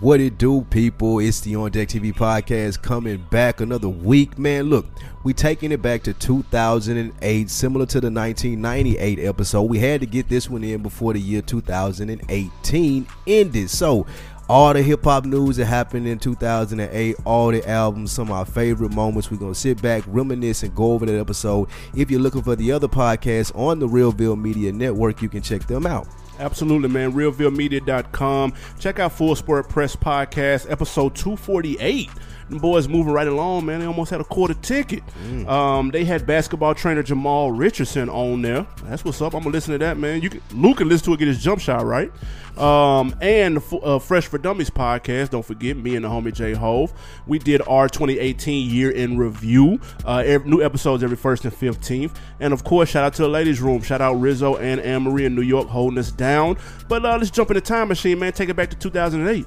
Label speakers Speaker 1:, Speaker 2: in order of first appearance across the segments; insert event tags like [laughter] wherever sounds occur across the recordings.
Speaker 1: What it do, people? It's the On Deck TV podcast coming back another week, man. Look, we taking it back to 2008, similar to the 1998 episode. We had to get this one in before the year 2018 ended. So, all the hip hop news that happened in 2008, all the albums, some of our favorite moments. We're going to sit back, reminisce, and go over that episode. If you're looking for the other podcasts on the Realville Media Network, you can check them out.
Speaker 2: Absolutely, man. RealvilleMedia.com. Check out Full Sport Press Podcast, episode 248. The boys moving right along, man. They almost had a quarter ticket. Um, they had basketball trainer Jamal Richardson on there. That's what's up. I'm gonna listen to that, man. You can, Luke can listen to it, get his jump shot right. Um, and the F- uh, Fresh for Dummies podcast. Don't forget me and the homie Jay Hove. We did our 2018 year in review. Uh, ev- new episodes every first and 15th. And of course, shout out to the ladies' room. Shout out Rizzo and Anne Marie in New York holding us down. But uh, let's jump in the time machine, man. Take it back to 2008.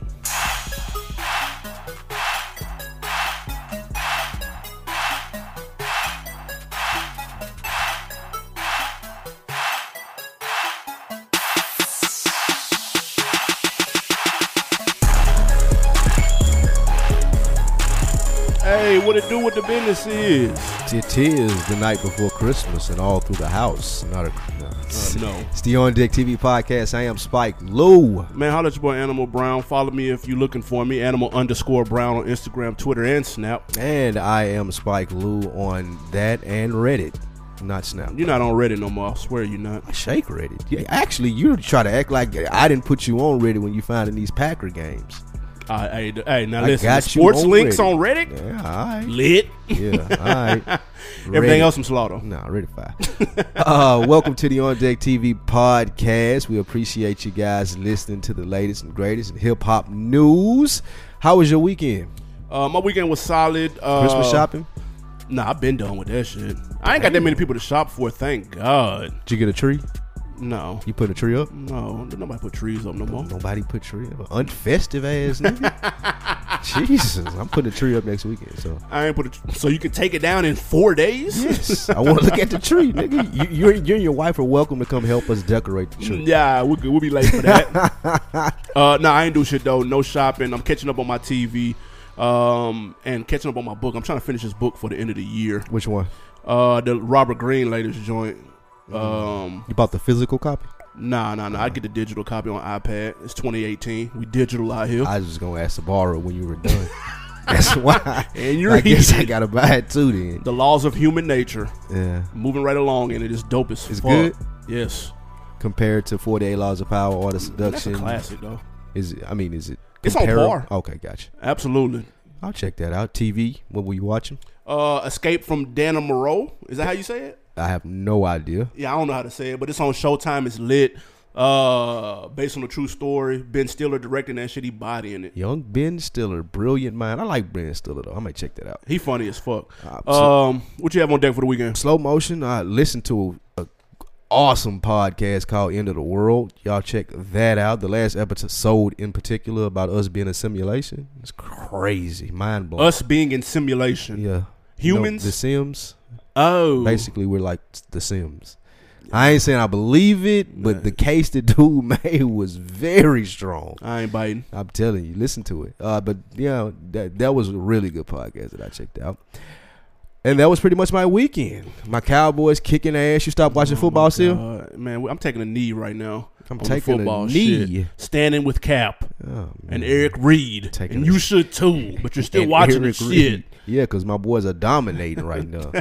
Speaker 2: Hey, what it do with the business is?
Speaker 1: It is the night before Christmas and all through the house. Not a, no.
Speaker 2: Uh, no.
Speaker 1: It's the On Deck TV podcast. I am Spike Lou.
Speaker 2: Man, holla at your boy Animal Brown. Follow me if you're looking for me. Animal underscore Brown on Instagram, Twitter, and Snap.
Speaker 1: And I am Spike Lou on that and Reddit. Not Snap.
Speaker 2: You're not on Reddit no more. I swear you're not.
Speaker 1: Shake Reddit. Yeah, actually, you try to act like I didn't put you on Reddit when you found in these Packer games.
Speaker 2: Uh, hey, d- hey, now
Speaker 1: I
Speaker 2: listen.
Speaker 1: got you
Speaker 2: sports
Speaker 1: on
Speaker 2: links
Speaker 1: Reddit.
Speaker 2: on Reddit.
Speaker 1: Yeah, all right.
Speaker 2: Lit. [laughs]
Speaker 1: Yeah, all right. Reddit.
Speaker 2: Everything else from Slaughter.
Speaker 1: Nah, Reddit five. [laughs] uh, welcome to the On Deck TV podcast. We appreciate you guys listening to the latest and greatest in hip hop news. How was your weekend?
Speaker 2: Uh, my weekend was solid. Uh,
Speaker 1: Christmas shopping?
Speaker 2: Nah, I've been done with that shit. I ain't got that many people to shop for. Thank God.
Speaker 1: Did you get a tree?
Speaker 2: No.
Speaker 1: You put a tree up?
Speaker 2: No, nobody put trees up no more.
Speaker 1: Mm-hmm. Nobody put tree up. Unfestive ass nigga. [laughs] Jesus, I'm putting a tree up next weekend. So
Speaker 2: I ain't put a tr- so you can take it down in four days.
Speaker 1: yes, I want to look at the tree, nigga. You, you, you and your wife are welcome to come help us decorate the tree.
Speaker 2: Mm, Yeah, we could, we'll be late for that.
Speaker 1: [laughs]
Speaker 2: uh, no, I ain't do shit though. No shopping. I'm catching up on my TV, um, and catching up on my book. I'm trying to finish this book for the end of the year.
Speaker 1: Mm. Which one?
Speaker 2: Uh, the Robert Greene latest joint.
Speaker 1: Mm-hmm.
Speaker 2: Um,
Speaker 1: You bought the physical copy?
Speaker 2: nah, nah, nah. I get the digital copy on iPad. It's 2018. We digital out here.
Speaker 1: I was just gonna ask to borrow it when you were done. That's why.
Speaker 2: And you're
Speaker 1: I guess I
Speaker 2: [laughs] heated.
Speaker 1: gotta buy it too
Speaker 2: [laughs]
Speaker 1: then.
Speaker 2: the laws of human nature.
Speaker 1: Yeah.
Speaker 2: Moving right along, and it is dope as
Speaker 1: It's
Speaker 2: fuck.
Speaker 1: good?
Speaker 2: Yes,
Speaker 1: Compared to Forty Eight Laws of Power or the
Speaker 2: that's a
Speaker 1: Seduction,
Speaker 2: classic though.
Speaker 1: is it, I mean, is it?
Speaker 2: It's on
Speaker 1: comparable?
Speaker 2: par.
Speaker 1: Okay, gotcha.
Speaker 2: Absolutely.
Speaker 1: I'll check that out. TV. What were you watching?
Speaker 2: Uh, Escape from Dana Moreau. Is that how you say it?
Speaker 1: I have no idea.
Speaker 2: yeah, I don't know how to say it, but it's on Showtime. It's lit. Uh, based on a true story. Ben Stiller directing that shit. He body in it.
Speaker 1: Young Ben Stiller, brilliant mind. I like Ben Stiller though. I might check that out.
Speaker 2: He funny as fuck.
Speaker 1: Ah,
Speaker 2: Um, what you have on deck for the weekend?
Speaker 1: Slow motion. I listened to a awesome podcast called End of the World. Y'all check that out. The last episode in particular about us being a simulation. It's crazy, mind blowing.
Speaker 2: Us being in simulation.
Speaker 1: Yeah. You know,
Speaker 2: Humans.
Speaker 1: the Sims.
Speaker 2: oh,
Speaker 1: Basically, we're like the Sims. I ain't saying I believe it, but the case the [laughs] dude made was very strong.
Speaker 2: I ain't biting.
Speaker 1: I'm telling you, listen to it. Uh, but yeah, that that was a really good podcast that I checked out. And that was pretty much my weekend. My Cowboys kicking ass. You stopped watching football still?
Speaker 2: Uh, man, I'm taking a knee right now.
Speaker 1: I'm
Speaker 2: on the
Speaker 1: taking a
Speaker 2: football
Speaker 1: knee.
Speaker 2: shit. Standing with Cap
Speaker 1: Oh,
Speaker 2: and
Speaker 1: man.
Speaker 2: Eric Reed,
Speaker 1: Taking
Speaker 2: and
Speaker 1: a-
Speaker 2: you should too. But you're still
Speaker 1: And [laughs]
Speaker 2: watching
Speaker 1: Eric
Speaker 2: this shit.
Speaker 1: Reed. Yeah, because my boys are dominating right
Speaker 2: [laughs]
Speaker 1: now.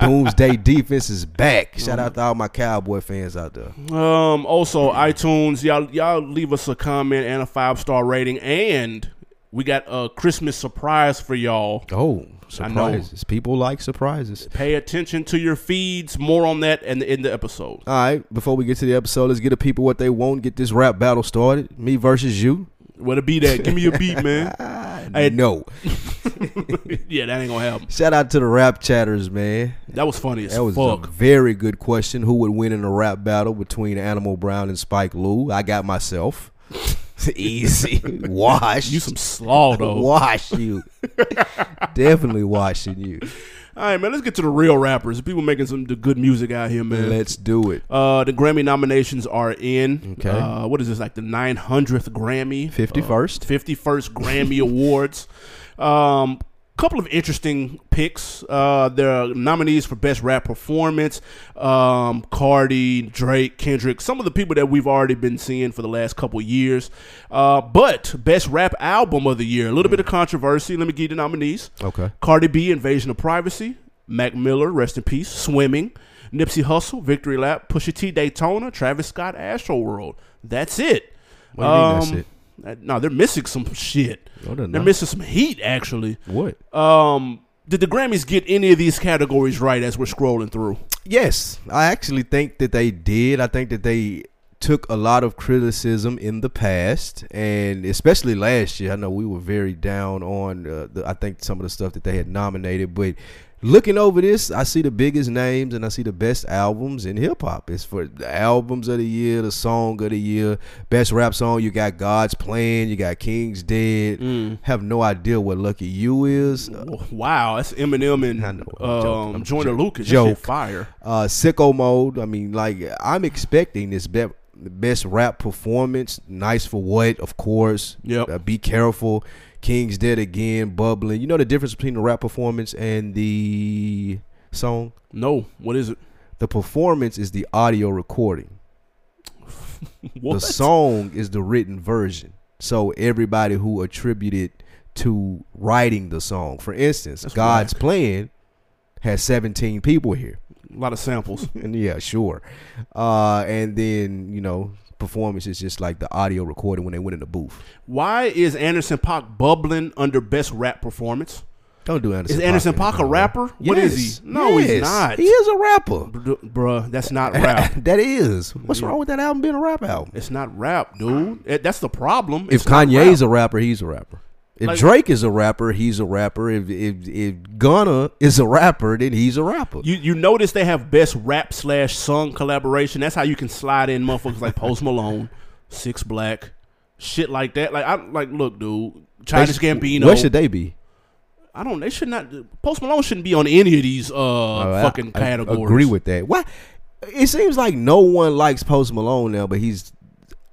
Speaker 1: Doomsday defense is back. Shout out
Speaker 2: Mm.
Speaker 1: to all my Cowboy fans out there.
Speaker 2: Um. Also, iTunes, y'all, y'all leave us a comment and a five star rating, and we got a Christmas surprise for y'all.
Speaker 1: Oh,
Speaker 2: I know.
Speaker 1: surprises. People like surprises.
Speaker 2: Pay attention to your feeds. More on that in the, in the episode.
Speaker 1: All right, before we get to the episode, let's get the people what they want. Get this rap battle started. Me versus you. Ah,
Speaker 2: What it be that? Give me a beat, man. [laughs]
Speaker 1: I know.
Speaker 2: yeah, that ain't gonna happen.
Speaker 1: Shout out to the rap chatters, man.
Speaker 2: That was funny
Speaker 1: [laughs]
Speaker 2: as
Speaker 1: That was
Speaker 2: fuck.
Speaker 1: a very good question. Who would win in a rap battle between Animal Brown and Spike Lee? I got myself. [laughs] Easy. [laughs] Wash.
Speaker 2: You
Speaker 1: [laughs]
Speaker 2: some slaw though. All
Speaker 1: Wash you. Definitely washing you.
Speaker 2: right, man. Let's get to the real rappers. the People making some good music out here, man.
Speaker 1: Let's do it.
Speaker 2: Uh, the Grammy nominations are in.
Speaker 1: Okay.
Speaker 2: Uh, what is this like the 900th Grammy?
Speaker 1: 51st.
Speaker 2: 51st Grammy Awards. Um, couple of interesting picks. Uh, there are nominees for Best Rap Performance. Um, Cardi, Drake, Kendrick, some of the people that we've already been seeing for the last couple years. Uh, but Best Rap Album of the Year. A little bit of controversy. Let me give you the nominees.
Speaker 1: Okay.
Speaker 2: Cardi B, Invasion of Privacy. Mac Miller, Rest in Peace, Swimming. Nipsey Hussle, Victory Lap. Pusha T, Daytona. Travis Scott, Astroworld. That's it.
Speaker 1: What do you mean that's it?
Speaker 2: Uh, No, they're missing some shit.
Speaker 1: No, they're
Speaker 2: they're
Speaker 1: not.
Speaker 2: missing some heat, actually.
Speaker 1: What?
Speaker 2: Um, did the Grammys get any of these categories right as we're scrolling through?
Speaker 1: Yes, I actually think that they did. I think that they took a lot of criticism in the past, and especially last year. I know we were very down on, uh, the, I think, some of the stuff that they had nominated. But looking over this, I see the biggest names and I see the best albums in hip hop. It's for the albums of the year, the song of the year, best rap song. You got God's Plan, you got King's Dead. Have no idea what Lucky You is.
Speaker 2: Wow, that's Eminem and
Speaker 1: Uh, I know, I'm joking,
Speaker 2: um,
Speaker 1: I'm
Speaker 2: Joyner
Speaker 1: joking.
Speaker 2: Lucas. That
Speaker 1: Joke.
Speaker 2: shit fire.
Speaker 1: uh, sicko mode. I mean, like I'm expecting this be- best rap performance. Nice for what? Of course.
Speaker 2: Yep.
Speaker 1: Uh, be careful. King's dead again. Bubbling. You know the difference between the rap performance and the song.
Speaker 2: No, what is it? [laughs]
Speaker 1: The performance is the audio recording.
Speaker 2: What?
Speaker 1: The song is the written version. So everybody who attributed to writing the song, for instance,
Speaker 2: That's
Speaker 1: God's Plan has 17 people here.
Speaker 2: A lot of samples.
Speaker 1: And [laughs] yeah, sure. Uh, and then you know, performance is just like the audio recording when they went in the booth.
Speaker 2: Why is Anderson Pac bubbling under Best Rap Performance?
Speaker 1: Don't do Anderson.
Speaker 2: Is Anderson
Speaker 1: Paak
Speaker 2: Paak a
Speaker 1: anymore.
Speaker 2: rapper? What is he?
Speaker 1: Yes.
Speaker 2: No, he's
Speaker 1: Yes.
Speaker 2: not.
Speaker 1: He is a rapper. [laughs]
Speaker 2: Br- Bruh, that's not rap.
Speaker 1: that is. What's wrong with that album being a rap album?
Speaker 2: it's not rap, dude. Eh, That's the problem.
Speaker 1: If
Speaker 2: It's not
Speaker 1: Kanye's
Speaker 2: rap.
Speaker 1: a rapper, he's a rapper. If
Speaker 2: Like-
Speaker 1: Drake is a rapper, he's a rapper. If if if Gunna is a rapper, then he's a rapper.
Speaker 2: you you notice they have best rap slash song collaboration. That's how you can slide in motherfuckers like Post Malone, Six Black, shit like that. Like I like look, dude,
Speaker 1: They
Speaker 2: Childish
Speaker 1: sh-
Speaker 2: Gambino.
Speaker 1: Where should they be?
Speaker 2: I don't. They should not. Post Malone shouldn't be on any of these uh
Speaker 1: Oh, I-
Speaker 2: fucking
Speaker 1: I
Speaker 2: categories.
Speaker 1: Agree with that. Why? It seems like no one likes Post Malone now, but he's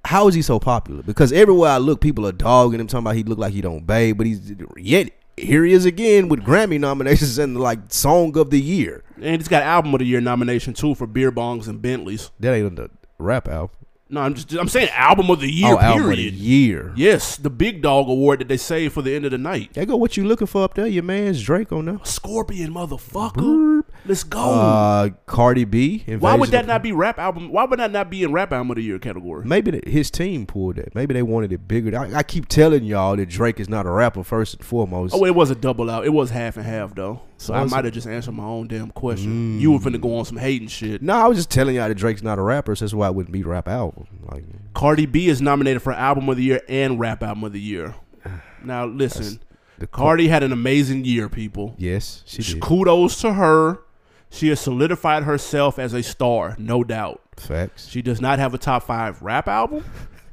Speaker 1: how is he so popular? Because everywhere I look, people are dogging him, talking about he look like he don't bathe, but he's yet here he is again with Grammy nominations and like Song of the Year.
Speaker 2: and it's got album of the year nomination too for beer bongs and Bentleys.
Speaker 1: That ain't the rap album.
Speaker 2: No, I'm just I'm saying album of the year.
Speaker 1: oh, album of the
Speaker 2: period.
Speaker 1: year.
Speaker 2: Yes, the big dog award that they save for the end of the night.
Speaker 1: There go what you looking for up there. Your man's Drake on there.
Speaker 2: Scorpion, motherfucker.
Speaker 1: Burp.
Speaker 2: Let's go.
Speaker 1: Uh, Cardi B.
Speaker 2: Why would
Speaker 1: Invasion
Speaker 2: that
Speaker 1: of-
Speaker 2: not be rap album? Why would that not be in rap album of the year category?
Speaker 1: Maybe that his team pulled that. Maybe they wanted it bigger. I, I keep telling y'all that Drake is not a rapper first and foremost.
Speaker 2: Oh, it was a double out. It was half and half though. So I
Speaker 1: Was it?
Speaker 2: might have just answered my own damn
Speaker 1: Mm.
Speaker 2: question. You were finna go on some hating shit.
Speaker 1: No, I was just telling y'all that Drake's not a rapper, so that's why it wouldn't be rap album. Like
Speaker 2: Cardi B is nominated for album of the year and rap album of
Speaker 1: [sighs]
Speaker 2: the year. Now listen,
Speaker 1: the
Speaker 2: Cardi had an amazing year, people.
Speaker 1: Yes, she
Speaker 2: Sh-
Speaker 1: did.
Speaker 2: Kudos to her. She has solidified herself as a star, no doubt.
Speaker 1: Facts.
Speaker 2: She does not have a top five rap album.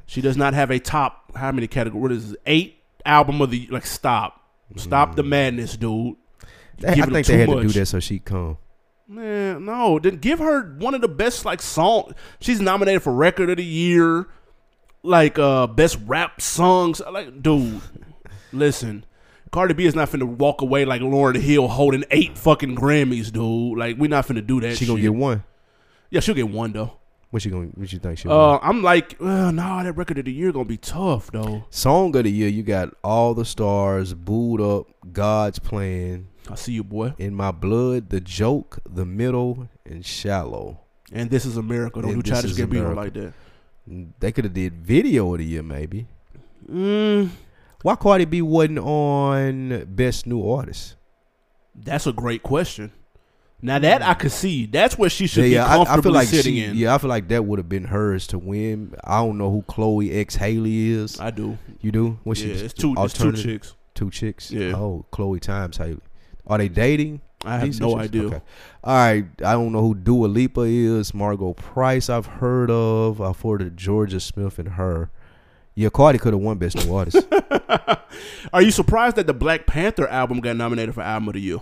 Speaker 2: She does not have a top how many categories? What is this? Eight album of the like stop. Stop the madness, dude.
Speaker 1: Mm. They- I
Speaker 2: giving
Speaker 1: think
Speaker 2: too
Speaker 1: they had to
Speaker 2: much.
Speaker 1: do that so she'd come.
Speaker 2: Man, no. Then give her one of the best like song. She's nominated for record of the year, like uh best rap songs. Like, dude, listen. Cardi B is not finna walk away like Lauren Hill holding eight fucking Grammys, dude. Like, we're not finna do that.
Speaker 1: She gonna
Speaker 2: shit.
Speaker 1: get one.
Speaker 2: yeah, she'll get one though.
Speaker 1: What she gonna? What you think she?
Speaker 2: Uh, I'm like, well, nah, that record of the year gonna be tough though.
Speaker 1: Song of the year. You got all the stars. Booed up. God's plan.
Speaker 2: I see you, boy.
Speaker 1: In my blood. The joke. The middle. And shallow.
Speaker 2: And this is America. Don't
Speaker 1: And
Speaker 2: do
Speaker 1: This
Speaker 2: Childish
Speaker 1: is
Speaker 2: Gambino
Speaker 1: America.
Speaker 2: like that.
Speaker 1: They could have did video of the year maybe.
Speaker 2: Mm,
Speaker 1: Why Cardi B wasn't on best new artist?
Speaker 2: that's a great question. Now that I could see, that's where she should
Speaker 1: yeah,
Speaker 2: be
Speaker 1: I- I,
Speaker 2: comfortably
Speaker 1: feel like
Speaker 2: sitting
Speaker 1: she,
Speaker 2: in.
Speaker 1: yeah, I feel like that would have been hers to win. I don't know who Chloe X Haley is.
Speaker 2: I do.
Speaker 1: You do? What's
Speaker 2: yeah,
Speaker 1: she?
Speaker 2: it's two, it's two
Speaker 1: alternative-
Speaker 2: chicks.
Speaker 1: two chicks.
Speaker 2: Yeah.
Speaker 1: Oh, Chloe times Haley. Are they dating?
Speaker 2: I have
Speaker 1: These
Speaker 2: no
Speaker 1: sisters?
Speaker 2: idea.
Speaker 1: Okay. All right. I don't know who Dua Lipa is. Margot Price, I've heard of. I've heard of Georgia Smith and her. Yeah, Cardi could have won Best New
Speaker 2: [laughs]
Speaker 1: Artist.
Speaker 2: Are you surprised that the Black Panther album got nominated for Album of the Year?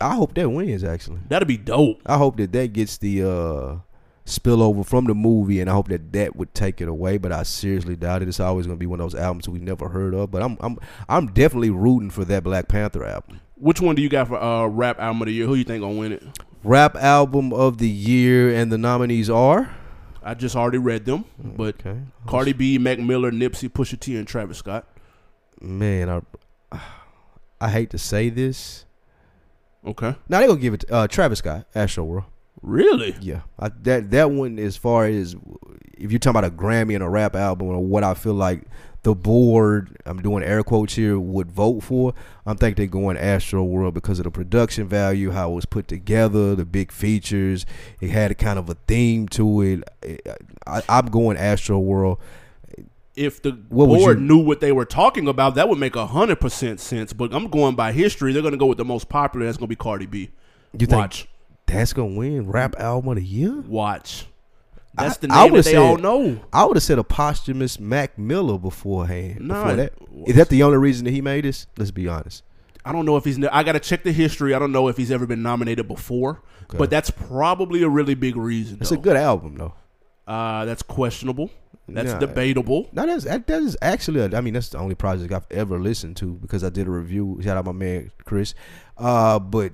Speaker 1: I hope that wins actually.
Speaker 2: That'd be dope.
Speaker 1: I hope that that gets the uh, spillover from the movie, and I hope that that would take it away. But I seriously doubt it. It's always going to be one of those albums we never heard of. But I'm I'm I'm definitely rooting for that Black Panther album.
Speaker 2: Which one do you got for uh, rap album of the year? Who you think gonna win it?
Speaker 1: Rap album of the year, and the nominees are.
Speaker 2: I just already read them, but
Speaker 1: Okay.
Speaker 2: Cardi B, Mac Miller, Nipsey, Pusha T, and Travis Scott.
Speaker 1: Man, I I hate to say this.
Speaker 2: Okay,
Speaker 1: Now they gonna give it to, uh, Travis Scott, Astro World.
Speaker 2: really?
Speaker 1: Yeah, I, that that one as far as if you're talking about a Grammy and a rap album or what I feel like the board, I'm doing air quotes here, would vote for. I'm think they're going Astro World because of the production value, how it was put together, the big features. It had a kind of a theme to it. I, I, am going Astro World.
Speaker 2: If the
Speaker 1: What would
Speaker 2: board
Speaker 1: you-
Speaker 2: knew what they were talking about, that would make hundred percent sense. But I'm going by history. They're gonna go with the most popular. That's gonna be Cardi B.
Speaker 1: You think
Speaker 2: Watch,
Speaker 1: that's gonna win rap album of the year?
Speaker 2: watch.
Speaker 1: I-
Speaker 2: That's the
Speaker 1: I
Speaker 2: name that
Speaker 1: would've
Speaker 2: they
Speaker 1: said-
Speaker 2: all know.
Speaker 1: I would have said a posthumous Mac Miller beforehand.
Speaker 2: No,
Speaker 1: before that.
Speaker 2: it
Speaker 1: Is that the only reason that he made this? Let's be honest.
Speaker 2: I don't know if he's. ne- I gotta check the history. I don't know if he's ever been nominated before.
Speaker 1: Okay.
Speaker 2: But that's probably a really big reason.
Speaker 1: It's
Speaker 2: though.
Speaker 1: a good album though.
Speaker 2: Uh, that's questionable. That's
Speaker 1: Nah.
Speaker 2: debatable.
Speaker 1: No, that's that, that is actually. A, I mean, that's the only project I've ever listened to because I did a review. Shout out my man Chris. Uh, but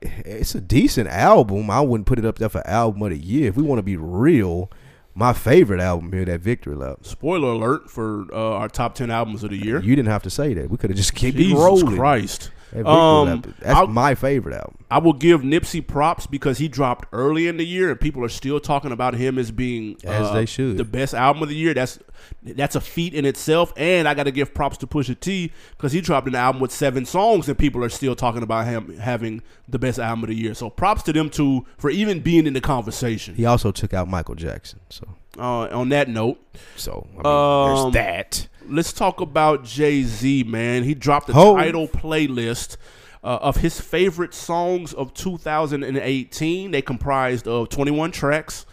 Speaker 1: it's a decent album. I wouldn't put it up there for album of the year. If we want to be real, my favorite album here, that Victory Lap.
Speaker 2: Spoiler alert for uh, our top ten albums of the year.
Speaker 1: You didn't have to say that. We could have just kept it
Speaker 2: Jesus
Speaker 1: rolling.
Speaker 2: Christ.
Speaker 1: That Victory
Speaker 2: Um,
Speaker 1: Lap, that's
Speaker 2: I'll-
Speaker 1: my favorite album.
Speaker 2: I will give Nipsey props because he dropped early in the year, and people are still talking about him as being
Speaker 1: As
Speaker 2: uh,
Speaker 1: they should.
Speaker 2: the best album of the year. That's that's a feat in itself, and I got to give props to Pusha T because he dropped an album with seven songs, and people are still talking about him having the best album of the year. So props to them two for even being in the conversation.
Speaker 1: He also took out Michael Jackson. So,
Speaker 2: Uh, on that note,
Speaker 1: so I mean,
Speaker 2: Um,
Speaker 1: there's that.
Speaker 2: Let's talk about Jay Z, man. He dropped the
Speaker 1: Ho.
Speaker 2: title playlist uh, of his favorite songs of 2018. They comprised of 21 tracks,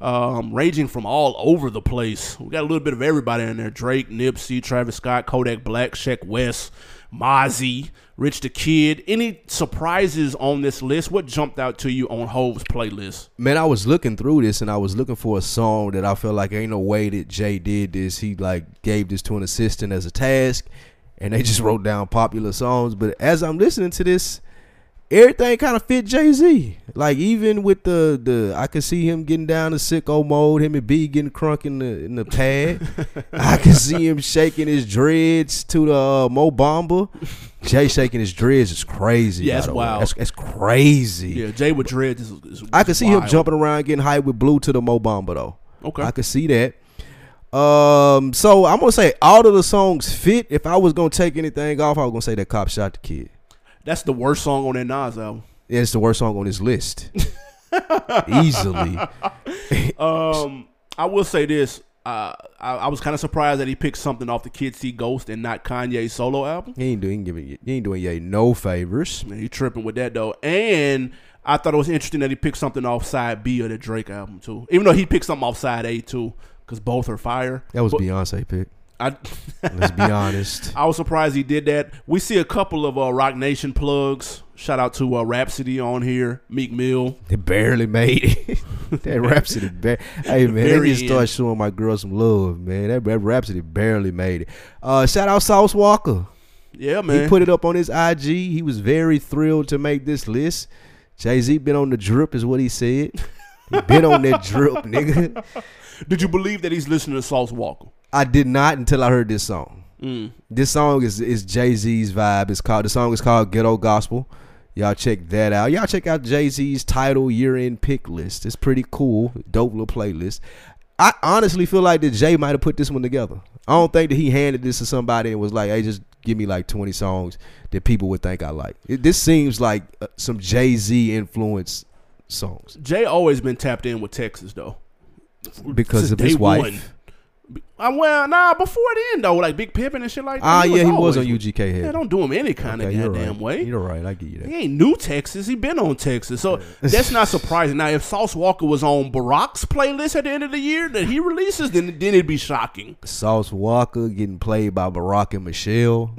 Speaker 2: um, ranging from all over the place. We got a little bit of everybody in there: Drake, Nipsey, Travis Scott, Kodak Black, Sheck West, Mozzie, Rich the Kid. Any surprises on this list? What jumped out to you on Hove's playlist?
Speaker 1: man, I was looking through this and I was looking for a song that I felt like ain't no way that Jay did this. He like gave this to an assistant as a task, and they just wrote down popular songs. But as I'm listening to this, everything kind of fit Jay Z. Like even with the the, I could see him getting down to sicko mode. Him and B getting crunk in the in the
Speaker 2: [laughs]
Speaker 1: pad. I could see him shaking his dreads to the uh, Mo Bamba. Jay shaking his dreads is crazy.
Speaker 2: Yeah,
Speaker 1: by
Speaker 2: that's
Speaker 1: the way.
Speaker 2: wild.
Speaker 1: That's, that's crazy.
Speaker 2: Yeah, Jay with dreads. Is, is,
Speaker 1: I could see him
Speaker 2: wild.
Speaker 1: jumping around getting hyped with blue to the Mo Bamba though.
Speaker 2: Okay,
Speaker 1: I could see that. Um, so I'm gonna say all of the songs fit. If I was gonna take anything off, I was gonna say that cop shot the kid.
Speaker 2: that's the worst song on that Nas album.
Speaker 1: Yeah, it's the worst song on this
Speaker 2: [laughs]
Speaker 1: list. Easily.
Speaker 2: Um, I will say this. Uh, I, I was kind of surprised that he picked something off the Kid See Ghost and not Kanye's solo album.
Speaker 1: He ain't doing giving he ain't doing Ye no favors.
Speaker 2: Man, he tripping with that though. And I thought it was interesting that he picked something off side B of the Drake album too. Even though he picked something off side A too, because both are fire.
Speaker 1: That was
Speaker 2: But
Speaker 1: Beyonce pick.
Speaker 2: I, [laughs]
Speaker 1: Let's be honest.
Speaker 2: I was surprised he did that. We see a couple of uh, Rock Nation plugs. Shout out to uh, Rhapsody on here, Meek Mill.
Speaker 1: It barely made
Speaker 2: [laughs]
Speaker 1: it. that Rhapsody, bar- hey man, they
Speaker 2: Very
Speaker 1: need to start
Speaker 2: end.
Speaker 1: showing my girl some love, man. That, that Rhapsody barely made it. Uh, shout out Sauce Walker.
Speaker 2: Yeah, man.
Speaker 1: He put it up on his IG. He was very thrilled to make this list. Jay Z been on the drip, is what he said. He been on that drip, nigga.
Speaker 2: did you believe that he's listening to Sauce Walker?
Speaker 1: I did not until I heard this song.
Speaker 2: Mm.
Speaker 1: This song is is Jay Z's vibe. It's called the song is called Ghetto Gospel. Y'all check that out. Y'all check out Jay Z's title year end pick list. It's pretty cool, dope little playlist. I honestly feel like that Jay might have put this one together. I don't think that he handed this to somebody and was like, "Hey, just give me like twenty songs that people would think I like." It, this seems like uh, some Jay Z influence songs
Speaker 2: Jay always been tapped in with Texas though.
Speaker 1: because
Speaker 2: Since
Speaker 1: of his
Speaker 2: day
Speaker 1: wife.
Speaker 2: one. Uh, well, nah. Before then, though, like Big Pippin and shit like that.
Speaker 1: Ah, yeah, he was
Speaker 2: always-
Speaker 1: on UGK
Speaker 2: Yeah,
Speaker 1: head.
Speaker 2: don't do him any kind
Speaker 1: Okay,
Speaker 2: of
Speaker 1: you're
Speaker 2: goddamn
Speaker 1: right.
Speaker 2: way.
Speaker 1: You're right. I give you that.
Speaker 2: He ain't new Texas. He been on Texas, so
Speaker 1: [laughs]
Speaker 2: that's not surprising. Now, if Sauce Walker was on Barack's playlist at the end of the year that he releases, then then it'd be shocking.
Speaker 1: Sauce Walker getting played by Barack and
Speaker 2: [laughs]
Speaker 1: Michelle.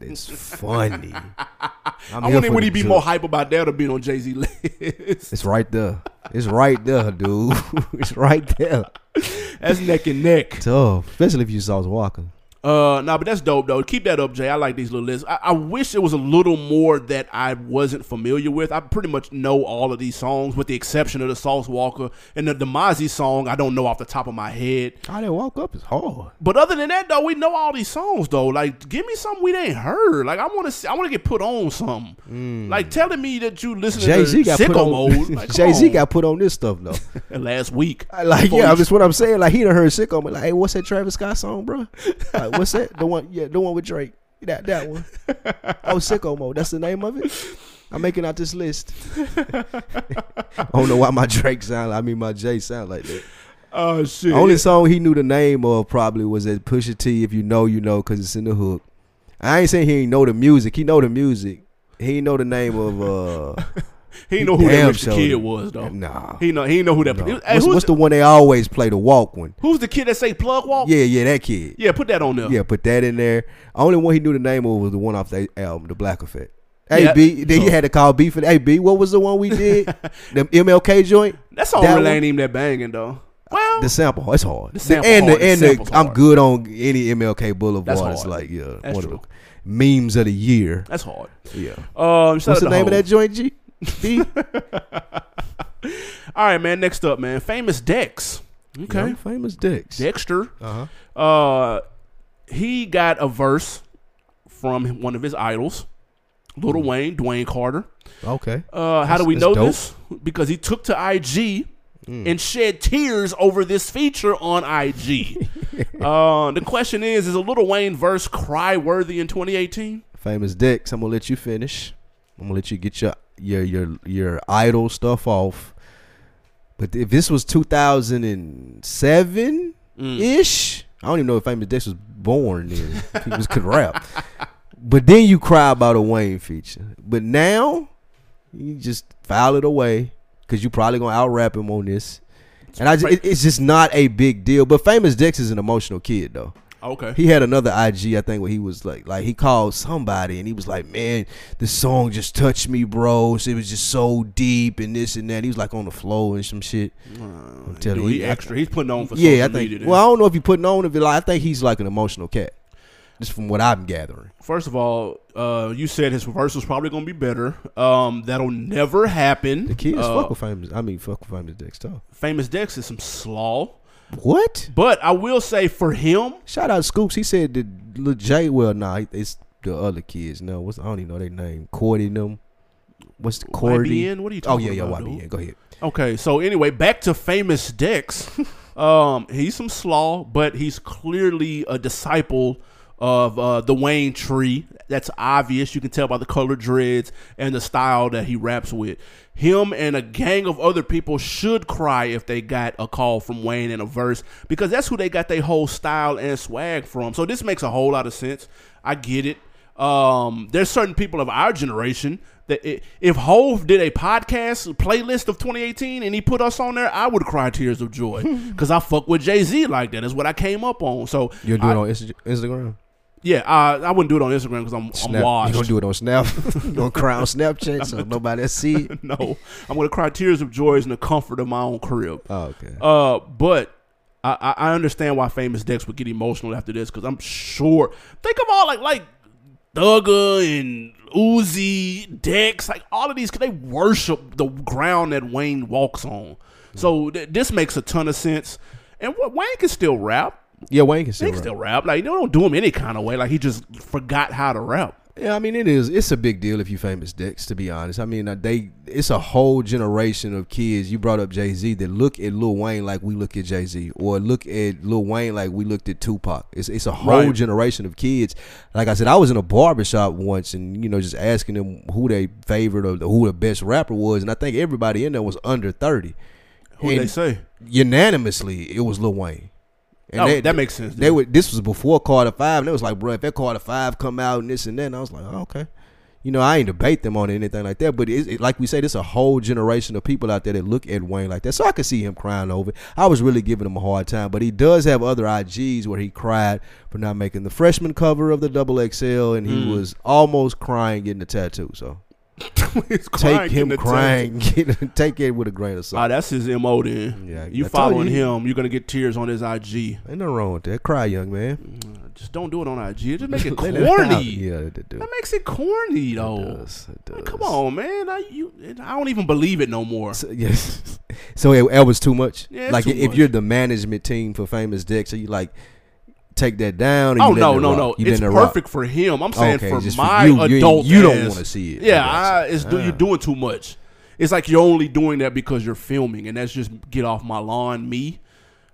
Speaker 1: it's funny. I'm
Speaker 2: I
Speaker 1: here
Speaker 2: wonder
Speaker 1: for
Speaker 2: would
Speaker 1: the
Speaker 2: he be
Speaker 1: joke.
Speaker 2: more hype about that or being on Jay Z [laughs] list?
Speaker 1: It's right there. It's right there, dude. [laughs] it's right there.
Speaker 2: that's neck and neck.
Speaker 1: Tough, especially if you Sauce Walker.
Speaker 2: Uh, nah, but that's dope though. Keep that up, Jay. I like these little lists. I, I wish it was a little more that I wasn't familiar with. I pretty much know all of these songs, with the exception of the Sauce Walker and the Demazi song. I don't know off the top of my head.
Speaker 1: How they walk up is hard.
Speaker 2: But other than that, though, we know all these songs though. Like, give me something we ain't heard. Like, I want to, I want to get put on something. Like, telling me that you listen
Speaker 1: Jay
Speaker 2: to
Speaker 1: Z Mm. got put
Speaker 2: Sicko
Speaker 1: on. [laughs]
Speaker 2: Mode. Like, come
Speaker 1: Jay Z
Speaker 2: on.
Speaker 1: got put on this stuff though.
Speaker 2: last week.
Speaker 1: I Like
Speaker 2: Before
Speaker 1: yeah,
Speaker 2: we-
Speaker 1: that's what I'm saying. Like he done heard sicko, but like, hey, what's that Travis Scott song, bro? Like, what's that? The one, yeah, the one with Drake. That that one.
Speaker 2: [laughs]
Speaker 1: Oh, sicko mode. That's the name of it. I'm making out this list. I don't know why my Drake sound. I mean, my Jay sound like that.
Speaker 2: oh shit.
Speaker 1: Only song he knew the name of probably was that Pusha T. If you know, you know, cause it's in the hook. I ain't saying he ain't know the music. He know the music. He ain't know the name
Speaker 2: [laughs]
Speaker 1: of uh.
Speaker 2: he know who that
Speaker 1: damn
Speaker 2: rich
Speaker 1: showed
Speaker 2: kid
Speaker 1: it.
Speaker 2: was though.
Speaker 1: Nah.
Speaker 2: He know he know who that.
Speaker 1: No.
Speaker 2: Hey,
Speaker 1: what's,
Speaker 2: who's,
Speaker 1: what's the one they always play? The walk one.
Speaker 2: who's the kid that say plug walk?
Speaker 1: Yeah, yeah, that kid.
Speaker 2: Yeah, put that on there.
Speaker 1: Yeah, put that in there. Only one he knew the name of was the one off the album, The Black Effect. Hey
Speaker 2: Yeah,
Speaker 1: B, then he
Speaker 2: sure.
Speaker 1: had to call B for the, hey B, what was the one we
Speaker 2: [laughs]
Speaker 1: did? the MLK joint,
Speaker 2: That song
Speaker 1: That
Speaker 2: really
Speaker 1: one- Uh,
Speaker 2: ain't even that banging though. Well,
Speaker 1: the sample. It's hard.
Speaker 2: The sample
Speaker 1: and
Speaker 2: hard.
Speaker 1: the
Speaker 2: The
Speaker 1: and the,
Speaker 2: sample's
Speaker 1: I'm
Speaker 2: hard.
Speaker 1: good on any MLK Boulevard.
Speaker 2: That's
Speaker 1: It's
Speaker 2: hard.
Speaker 1: like yeah,
Speaker 2: That's
Speaker 1: one of
Speaker 2: true.
Speaker 1: the memes of the year.
Speaker 2: that's hard.
Speaker 1: Yeah.
Speaker 2: Um, shout
Speaker 1: What's
Speaker 2: out
Speaker 1: the
Speaker 2: to
Speaker 1: name of that
Speaker 2: Hov.
Speaker 1: joint? G.
Speaker 2: [laughs]
Speaker 1: B?
Speaker 2: All right, man. Next up, man. Famous Dex. Okay.
Speaker 1: Young famous Dicks.
Speaker 2: Dexter.
Speaker 1: Uh-huh.
Speaker 2: Uh, he got a verse from one of his idols, Little Wayne, Dwayne Carter.
Speaker 1: Okay.
Speaker 2: Uh, how do
Speaker 1: That's-
Speaker 2: we
Speaker 1: that's
Speaker 2: know
Speaker 1: dope. Mm.
Speaker 2: this? Because he took to IG and shed tears over this feature on
Speaker 1: [laughs]
Speaker 2: IG. uh, the question is: Is a Little Wayne verse cry worthy in 2018?
Speaker 1: Famous Dicks. I'm gonna let you finish. I'm gonna let you get your your your your idol stuff off. But if this was 2007 ish, I don't even know if Famous Dicks was born then. [laughs] if he was could rap. But then you cry about a Wayne feature. But now you just file it away because you probably gonna out rap him on this. And I just, it, it's just not a big deal. But Famous Dicks is an emotional kid though
Speaker 2: Oh, Okay.
Speaker 1: he had another IG, I think, where he was like, like he called somebody and he was like, man, this song just touched me, bro. So it was just so deep and this and that. He was like on the floor and some shit. I'm telling
Speaker 2: Dude, he
Speaker 1: you, I-
Speaker 2: extra. He's putting on for
Speaker 1: yeah, I
Speaker 2: social media.
Speaker 1: think.
Speaker 2: then.
Speaker 1: Well, I don't know if he putting on if it. Like, I think he's like an emotional cat, just from what I'm gathering.
Speaker 2: First of all, uh, you said his verse was probably going to be better. Um, that'll never happen.
Speaker 1: The kids
Speaker 2: Uh,
Speaker 1: fuck with famous. I mean, fuck with famous Dex stuff.
Speaker 2: Famous Dex is some slaw,
Speaker 1: What?
Speaker 2: but I will say for him,
Speaker 1: Shout out Scoops. He said that Lil J. Well, nah, it's the other kids. No, what's I don't even know their name. Cordy and them. What's the Cordy?
Speaker 2: YBN? What are you
Speaker 1: Oh
Speaker 2: talking
Speaker 1: yeah, yeah,
Speaker 2: about, dude?
Speaker 1: YBN. Go ahead.
Speaker 2: Okay, so anyway, back to famous Dex. um, he's some slaw, but he's clearly a disciple of uh, the Wayne Tree. That's obvious. You can tell by the color dreads and the style that he raps with. Him and a gang of other people should cry if they got a call from Wayne in a verse because that's who they got their whole style and swag from. So this makes a whole lot of sense. I get it. Um, there's certain people of our generation that i if Hove did a podcast playlist of 2018 and he put us on there, I would cry tears of joy because I fuck with Jay Z like that. That's what I came up on. So
Speaker 1: You'll do
Speaker 2: I-
Speaker 1: it on Insta- Instagram.
Speaker 2: yeah, I, I wouldn't do it on Instagram because I'm
Speaker 1: Snap.
Speaker 2: I'm
Speaker 1: You
Speaker 2: washed.
Speaker 1: gonna do it on
Speaker 2: [laughs]
Speaker 1: Snap? [laughs] you gonna cry on Snapchat so nobody see it?
Speaker 2: no, I'm gonna cry tears of joy in the comfort of my own crib.
Speaker 1: Oh, okay.
Speaker 2: Uh, but I, I I understand why Famous Dex would get emotional after this because I'm sure. Think of all like like Thugger and Uzi, Dex, like all of these. 'cause They worship the ground that Wayne walks on. So th- this makes a ton of sense. And what Wayne can still rap.
Speaker 1: yeah, Wayne can
Speaker 2: He
Speaker 1: still
Speaker 2: can
Speaker 1: rap.
Speaker 2: still rap. Like they don't do him any kind of way. Like he just forgot how to rap.
Speaker 1: Yeah, I mean it is. It's a big deal if you famous Dex. To be honest, I mean uh, they. It's a whole generation of kids. You brought up Jay Z that look at Lil Wayne like we look at Jay Z, or look at Lil Wayne like we looked at Tupac. It's it's a whole
Speaker 2: Right.
Speaker 1: generation of kids. Like I said, I was in a barbershop once, and you know just asking them who they favorite or who the best rapper was, and I think everybody in there was under thirty.
Speaker 2: Who they
Speaker 1: And-
Speaker 2: say?
Speaker 1: unanimously it was Lil Wayne. And
Speaker 2: Oh,
Speaker 1: they-
Speaker 2: that makes sense,
Speaker 1: They would. This was before Carter Five, and it was like, bro, if that Carter Five come out and this and that, and I was like, oh, okay. You know, I ain't debate them on anything like that, but it's, it, like we said, it's a whole generation of people out there that look at Wayne like that. So I could see him crying over it. I was really giving him a hard time, but he does have other IGs where he cried for not making the freshman cover of the double XL, and
Speaker 2: Mm.
Speaker 1: he was almost crying getting the tattoo. So
Speaker 2: [laughs] He's
Speaker 1: take
Speaker 2: crying in
Speaker 1: him
Speaker 2: the
Speaker 1: crying, [laughs] get, take it with a grain of salt.
Speaker 2: Ah, that's his mo. Then
Speaker 1: Yeah,
Speaker 2: you
Speaker 1: I told
Speaker 2: following
Speaker 1: you.
Speaker 2: him, you're gonna get tears on his IG.
Speaker 1: Ain't nothing wrong with that. Cry, young man.
Speaker 2: Just don't do it on IG. Just make
Speaker 1: [laughs]
Speaker 2: it
Speaker 1: Let
Speaker 2: corny.
Speaker 1: it out. Yeah, it do.
Speaker 2: That makes it corny though.
Speaker 1: It does. It does.
Speaker 2: Like, come on, man. I you I don't even believe it no more.
Speaker 1: So, yes. [laughs] So it, that was too much.
Speaker 2: Yeah, it's
Speaker 1: like
Speaker 2: too
Speaker 1: if
Speaker 2: much.
Speaker 1: you're the management team for Famous Dick, so you like take that down. And
Speaker 2: Oh
Speaker 1: you
Speaker 2: no,
Speaker 1: letting it
Speaker 2: no,
Speaker 1: rock.
Speaker 2: no!
Speaker 1: You
Speaker 2: It's
Speaker 1: letting it rock.
Speaker 2: perfect for him. I'm saying
Speaker 1: Okay,
Speaker 2: for
Speaker 1: just for
Speaker 2: my
Speaker 1: you. You ain't-
Speaker 2: adult.
Speaker 1: you don't
Speaker 2: ass.
Speaker 1: wanna see it.
Speaker 2: Yeah,
Speaker 1: I
Speaker 2: I, it's do,
Speaker 1: Ah.
Speaker 2: you're doing too much. It's like you're only doing that because you're filming, and that's just get off my lawn, me.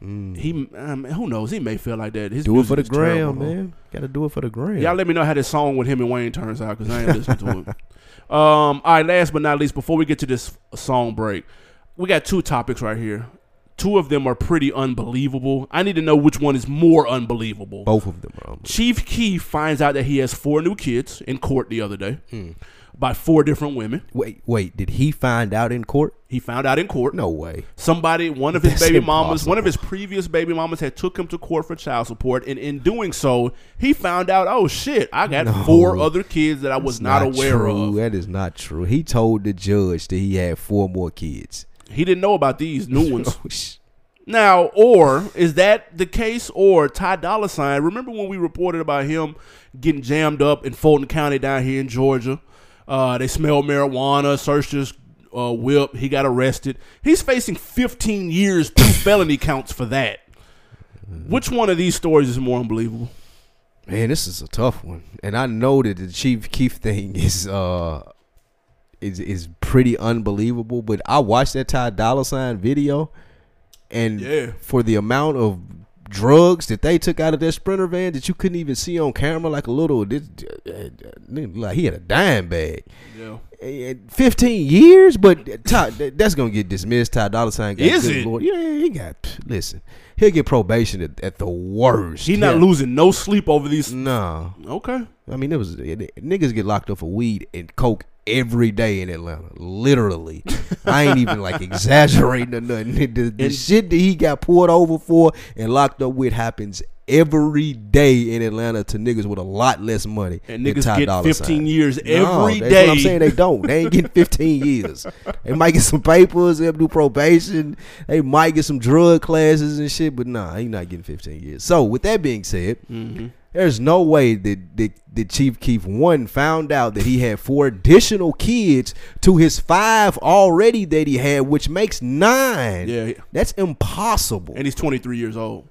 Speaker 2: He, um, who knows? He may feel like that. His
Speaker 1: Mm. Do it
Speaker 2: music
Speaker 1: for the
Speaker 2: is terrible,
Speaker 1: gram,
Speaker 2: though.
Speaker 1: man. Got to do it for the gram.
Speaker 2: Y'all let me know how this song with him and Wayne turns out because I ain't listening to it. [laughs] Um, all right, last but not least, before we get to this song break, we got two topics right here. Two of them are pretty unbelievable. I need to know which one is more unbelievable.
Speaker 1: Both of them. Bro.
Speaker 2: Chief Key finds out that he has four new kids in court the other day by four different women.
Speaker 1: Wait, wait. Did he find out in court?
Speaker 2: He found out in court.
Speaker 1: No way.
Speaker 2: Somebody, one
Speaker 1: [laughs]
Speaker 2: of his
Speaker 1: That's
Speaker 2: baby mamas,
Speaker 1: impossible.
Speaker 2: one of his previous baby mamas had took him to court for child support, and in doing so, he found out, oh shit, I got
Speaker 1: No.
Speaker 2: four other kids that I was not, aware
Speaker 1: true.
Speaker 2: of.
Speaker 1: That is not true. He told the judge that he had four more kids.
Speaker 2: He didn't know about
Speaker 1: [laughs]
Speaker 2: these new ones.
Speaker 1: Oh, sh-
Speaker 2: Now, or is that the case? Or Ty Dolla Sign? Remember when we reported about him getting jammed up in Fulton County down here in Georgia? Uh, they smelled marijuana, searched his uh, whip. He got arrested. He's facing 15 years,
Speaker 1: [coughs]
Speaker 2: two felony counts for that. Which one of these stories is more unbelievable?
Speaker 1: Man, this is a tough one, and I know that the Chief Keef thing [laughs] is uh is is pretty unbelievable. But I watched that Ty Dolla Sign video, and
Speaker 2: Yeah.
Speaker 1: for the amount of drugs that they took out of that Sprinter van that you couldn't even see on camera, like a little this, uh, like he had a dime bag.
Speaker 2: Yeah.
Speaker 1: And Fifteen years, but Ty, [laughs] that- that's gonna get dismissed. Ty Dolla Sign got
Speaker 2: Is
Speaker 1: good
Speaker 2: it?
Speaker 1: Lord. Yeah, he got. Listen, he'll get probation at, at the worst.
Speaker 2: He's not
Speaker 1: Yeah.
Speaker 2: losing no sleep over these.
Speaker 1: No,
Speaker 2: Okay.
Speaker 1: I mean, it was it, niggas get locked up for weed and coke every day in Atlanta. Literally, I ain't even
Speaker 2: [laughs]
Speaker 1: like exaggerating or nothing. The, the
Speaker 2: And-
Speaker 1: shit that he got pulled over for and locked up with happens every day in Atlanta to niggas with a lot less money.
Speaker 2: And
Speaker 1: than
Speaker 2: niggas
Speaker 1: Ty
Speaker 2: get
Speaker 1: Dolla
Speaker 2: 15
Speaker 1: Sign.
Speaker 2: years
Speaker 1: No,
Speaker 2: every day.
Speaker 1: that's what I'm saying. They don't. They ain't getting 15 years. They might get some papers. They'll do probation. They might get some drug classes and shit. But nah, he not getting 15 years. So with that being said,
Speaker 2: Mm-hmm.
Speaker 1: there's no way that, that that Chief Keef one found out that he had four additional kids to his five already that he had, which makes nine.
Speaker 2: Yeah.
Speaker 1: That's impossible.
Speaker 2: And he's 23 years old.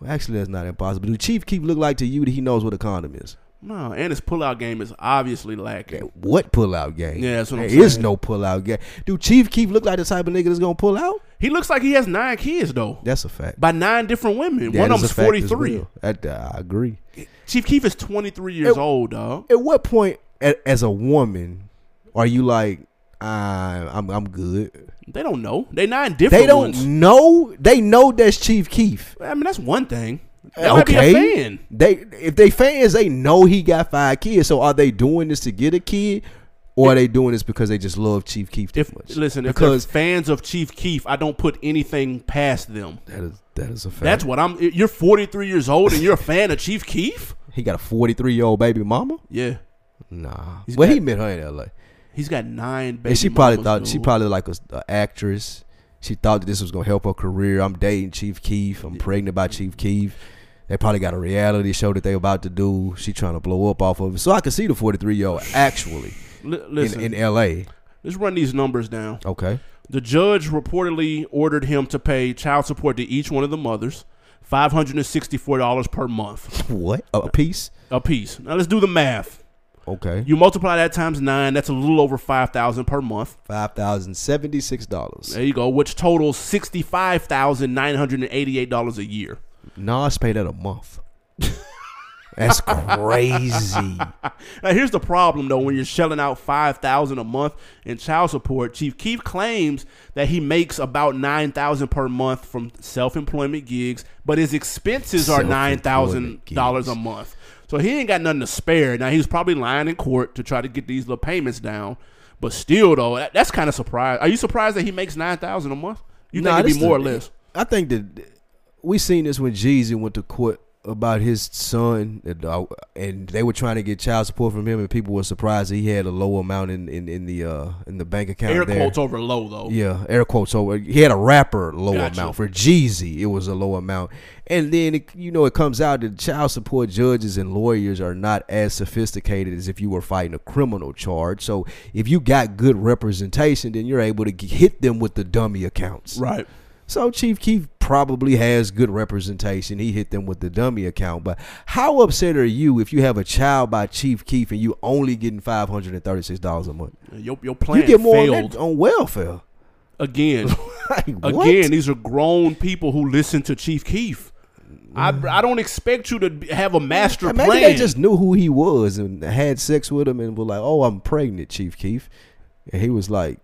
Speaker 1: Well, actually, that's not impossible. Do Chief Keef look like to you that he knows what a condom is?
Speaker 2: No, and his pullout game is obviously lacking.
Speaker 1: That What pullout game?
Speaker 2: Yeah, that's what I'm
Speaker 1: There is
Speaker 2: saying.
Speaker 1: no pullout game. Do Chief Keef look like the type of nigga that's gonna pull out?
Speaker 2: He looks like he has nine kids though,
Speaker 1: That's a fact.
Speaker 2: by nine different women.
Speaker 1: That
Speaker 2: One
Speaker 1: is a
Speaker 2: of them's
Speaker 1: fact
Speaker 2: forty
Speaker 1: as
Speaker 2: three.
Speaker 1: well. That- uh, I agree.
Speaker 2: Chief Keef is twenty three years old, dog.
Speaker 1: At what point, a- as a woman, are you like, I, I'm, I'm good?
Speaker 2: They don't know. They nine different.
Speaker 1: They don't
Speaker 2: ones.
Speaker 1: know. They know that's Chief Keef.
Speaker 2: I mean, that's one thing. They might be
Speaker 1: Okay.
Speaker 2: a fan.
Speaker 1: They if they fans, they know he got five kids. So are they doing this to get a kid, or are they doing this because they just love Chief Keef too
Speaker 2: If
Speaker 1: much?
Speaker 2: listen, if
Speaker 1: because
Speaker 2: they're fans of Chief Keef, I don't put anything past them.
Speaker 1: that is that is a fact.
Speaker 2: That's what I'm. You're forty three years old and you're a fan of Chief Keef.
Speaker 1: he got a 43 year old baby mama.
Speaker 2: Yeah,
Speaker 1: Nah.
Speaker 2: He's
Speaker 1: well,
Speaker 2: got-
Speaker 1: he met her in L.A.
Speaker 2: he's got nine. Baby
Speaker 1: and she probably
Speaker 2: mamas,
Speaker 1: thought she
Speaker 2: dude.
Speaker 1: probably like a, a actress. She thought that this was gonna help her career. I'm dating Chief Keef. I'm pregnant by Chief Keef. They probably got a reality show that they about to do. She trying to blow up off of it. So I can see the 43 year old actually
Speaker 2: Li-
Speaker 1: in,
Speaker 2: listen.
Speaker 1: in L.A.
Speaker 2: let's run these numbers down.
Speaker 1: Okay.
Speaker 2: The judge reportedly ordered him to pay child support to each one of the mothers, five hundred and sixty-four dollars per month
Speaker 1: What a a piece?
Speaker 2: apiece. Now let's do the math.
Speaker 1: Okay.
Speaker 2: You multiply that times nine, that's a little over five thousand per month.
Speaker 1: Five thousand seventy six dollars.
Speaker 2: There you go, which totals sixty-five thousand nine hundred and eighty-eight dollars a year.
Speaker 1: Nas paid that a month. [laughs] That's crazy.
Speaker 2: Now, here's the problem though: when you're shelling out five thousand a month in child support, Chief Keith claims that he makes about nine thousand per month from self-employment gigs, but his expenses are nine thousand
Speaker 1: Self-employment
Speaker 2: dollars a
Speaker 1: gigs.
Speaker 2: month. So he ain't got nothing to spare. Now he was probably lying in court to try to get these little payments down, but still though, that, that's kind of surprised. Are you surprised that he makes nine thousand a month? You
Speaker 1: Nah,
Speaker 2: think it'd
Speaker 1: this
Speaker 2: be more or
Speaker 1: the-
Speaker 2: less?
Speaker 1: I think that we seen this when Jeezy went to court about his son, and, uh, and they were trying to get child support from him, and people were surprised that he had a low amount in, in, in the uh, in the bank account.
Speaker 2: Air
Speaker 1: there.
Speaker 2: quotes over low though.
Speaker 1: Yeah, air quotes. So he had a rapper low
Speaker 2: Gotcha.
Speaker 1: amount for Jeezy. It was a low amount, and then it, you know it comes out that child support judges and lawyers are not as sophisticated as if you were fighting a criminal charge. So if you got good representation, then you're able to g- hit them with the dummy accounts.
Speaker 2: Right.
Speaker 1: So Chief Keith probably has good representation. He hit them with the dummy account. But how upset are you if you have a child by Chief Keith and you only getting five hundred and thirty six dollars a month?
Speaker 2: Your, your plan
Speaker 1: you get more on,
Speaker 2: failed
Speaker 1: that, on welfare. [laughs]
Speaker 2: again.
Speaker 1: Like, what?
Speaker 2: Again, these are grown people who listen to Chief Keef. I, I don't expect you to b- have a master
Speaker 1: Maybe
Speaker 2: plan.
Speaker 1: they just knew who he was and had sex with him and were like, "Oh, I'm pregnant, Chief Keef," and he was like,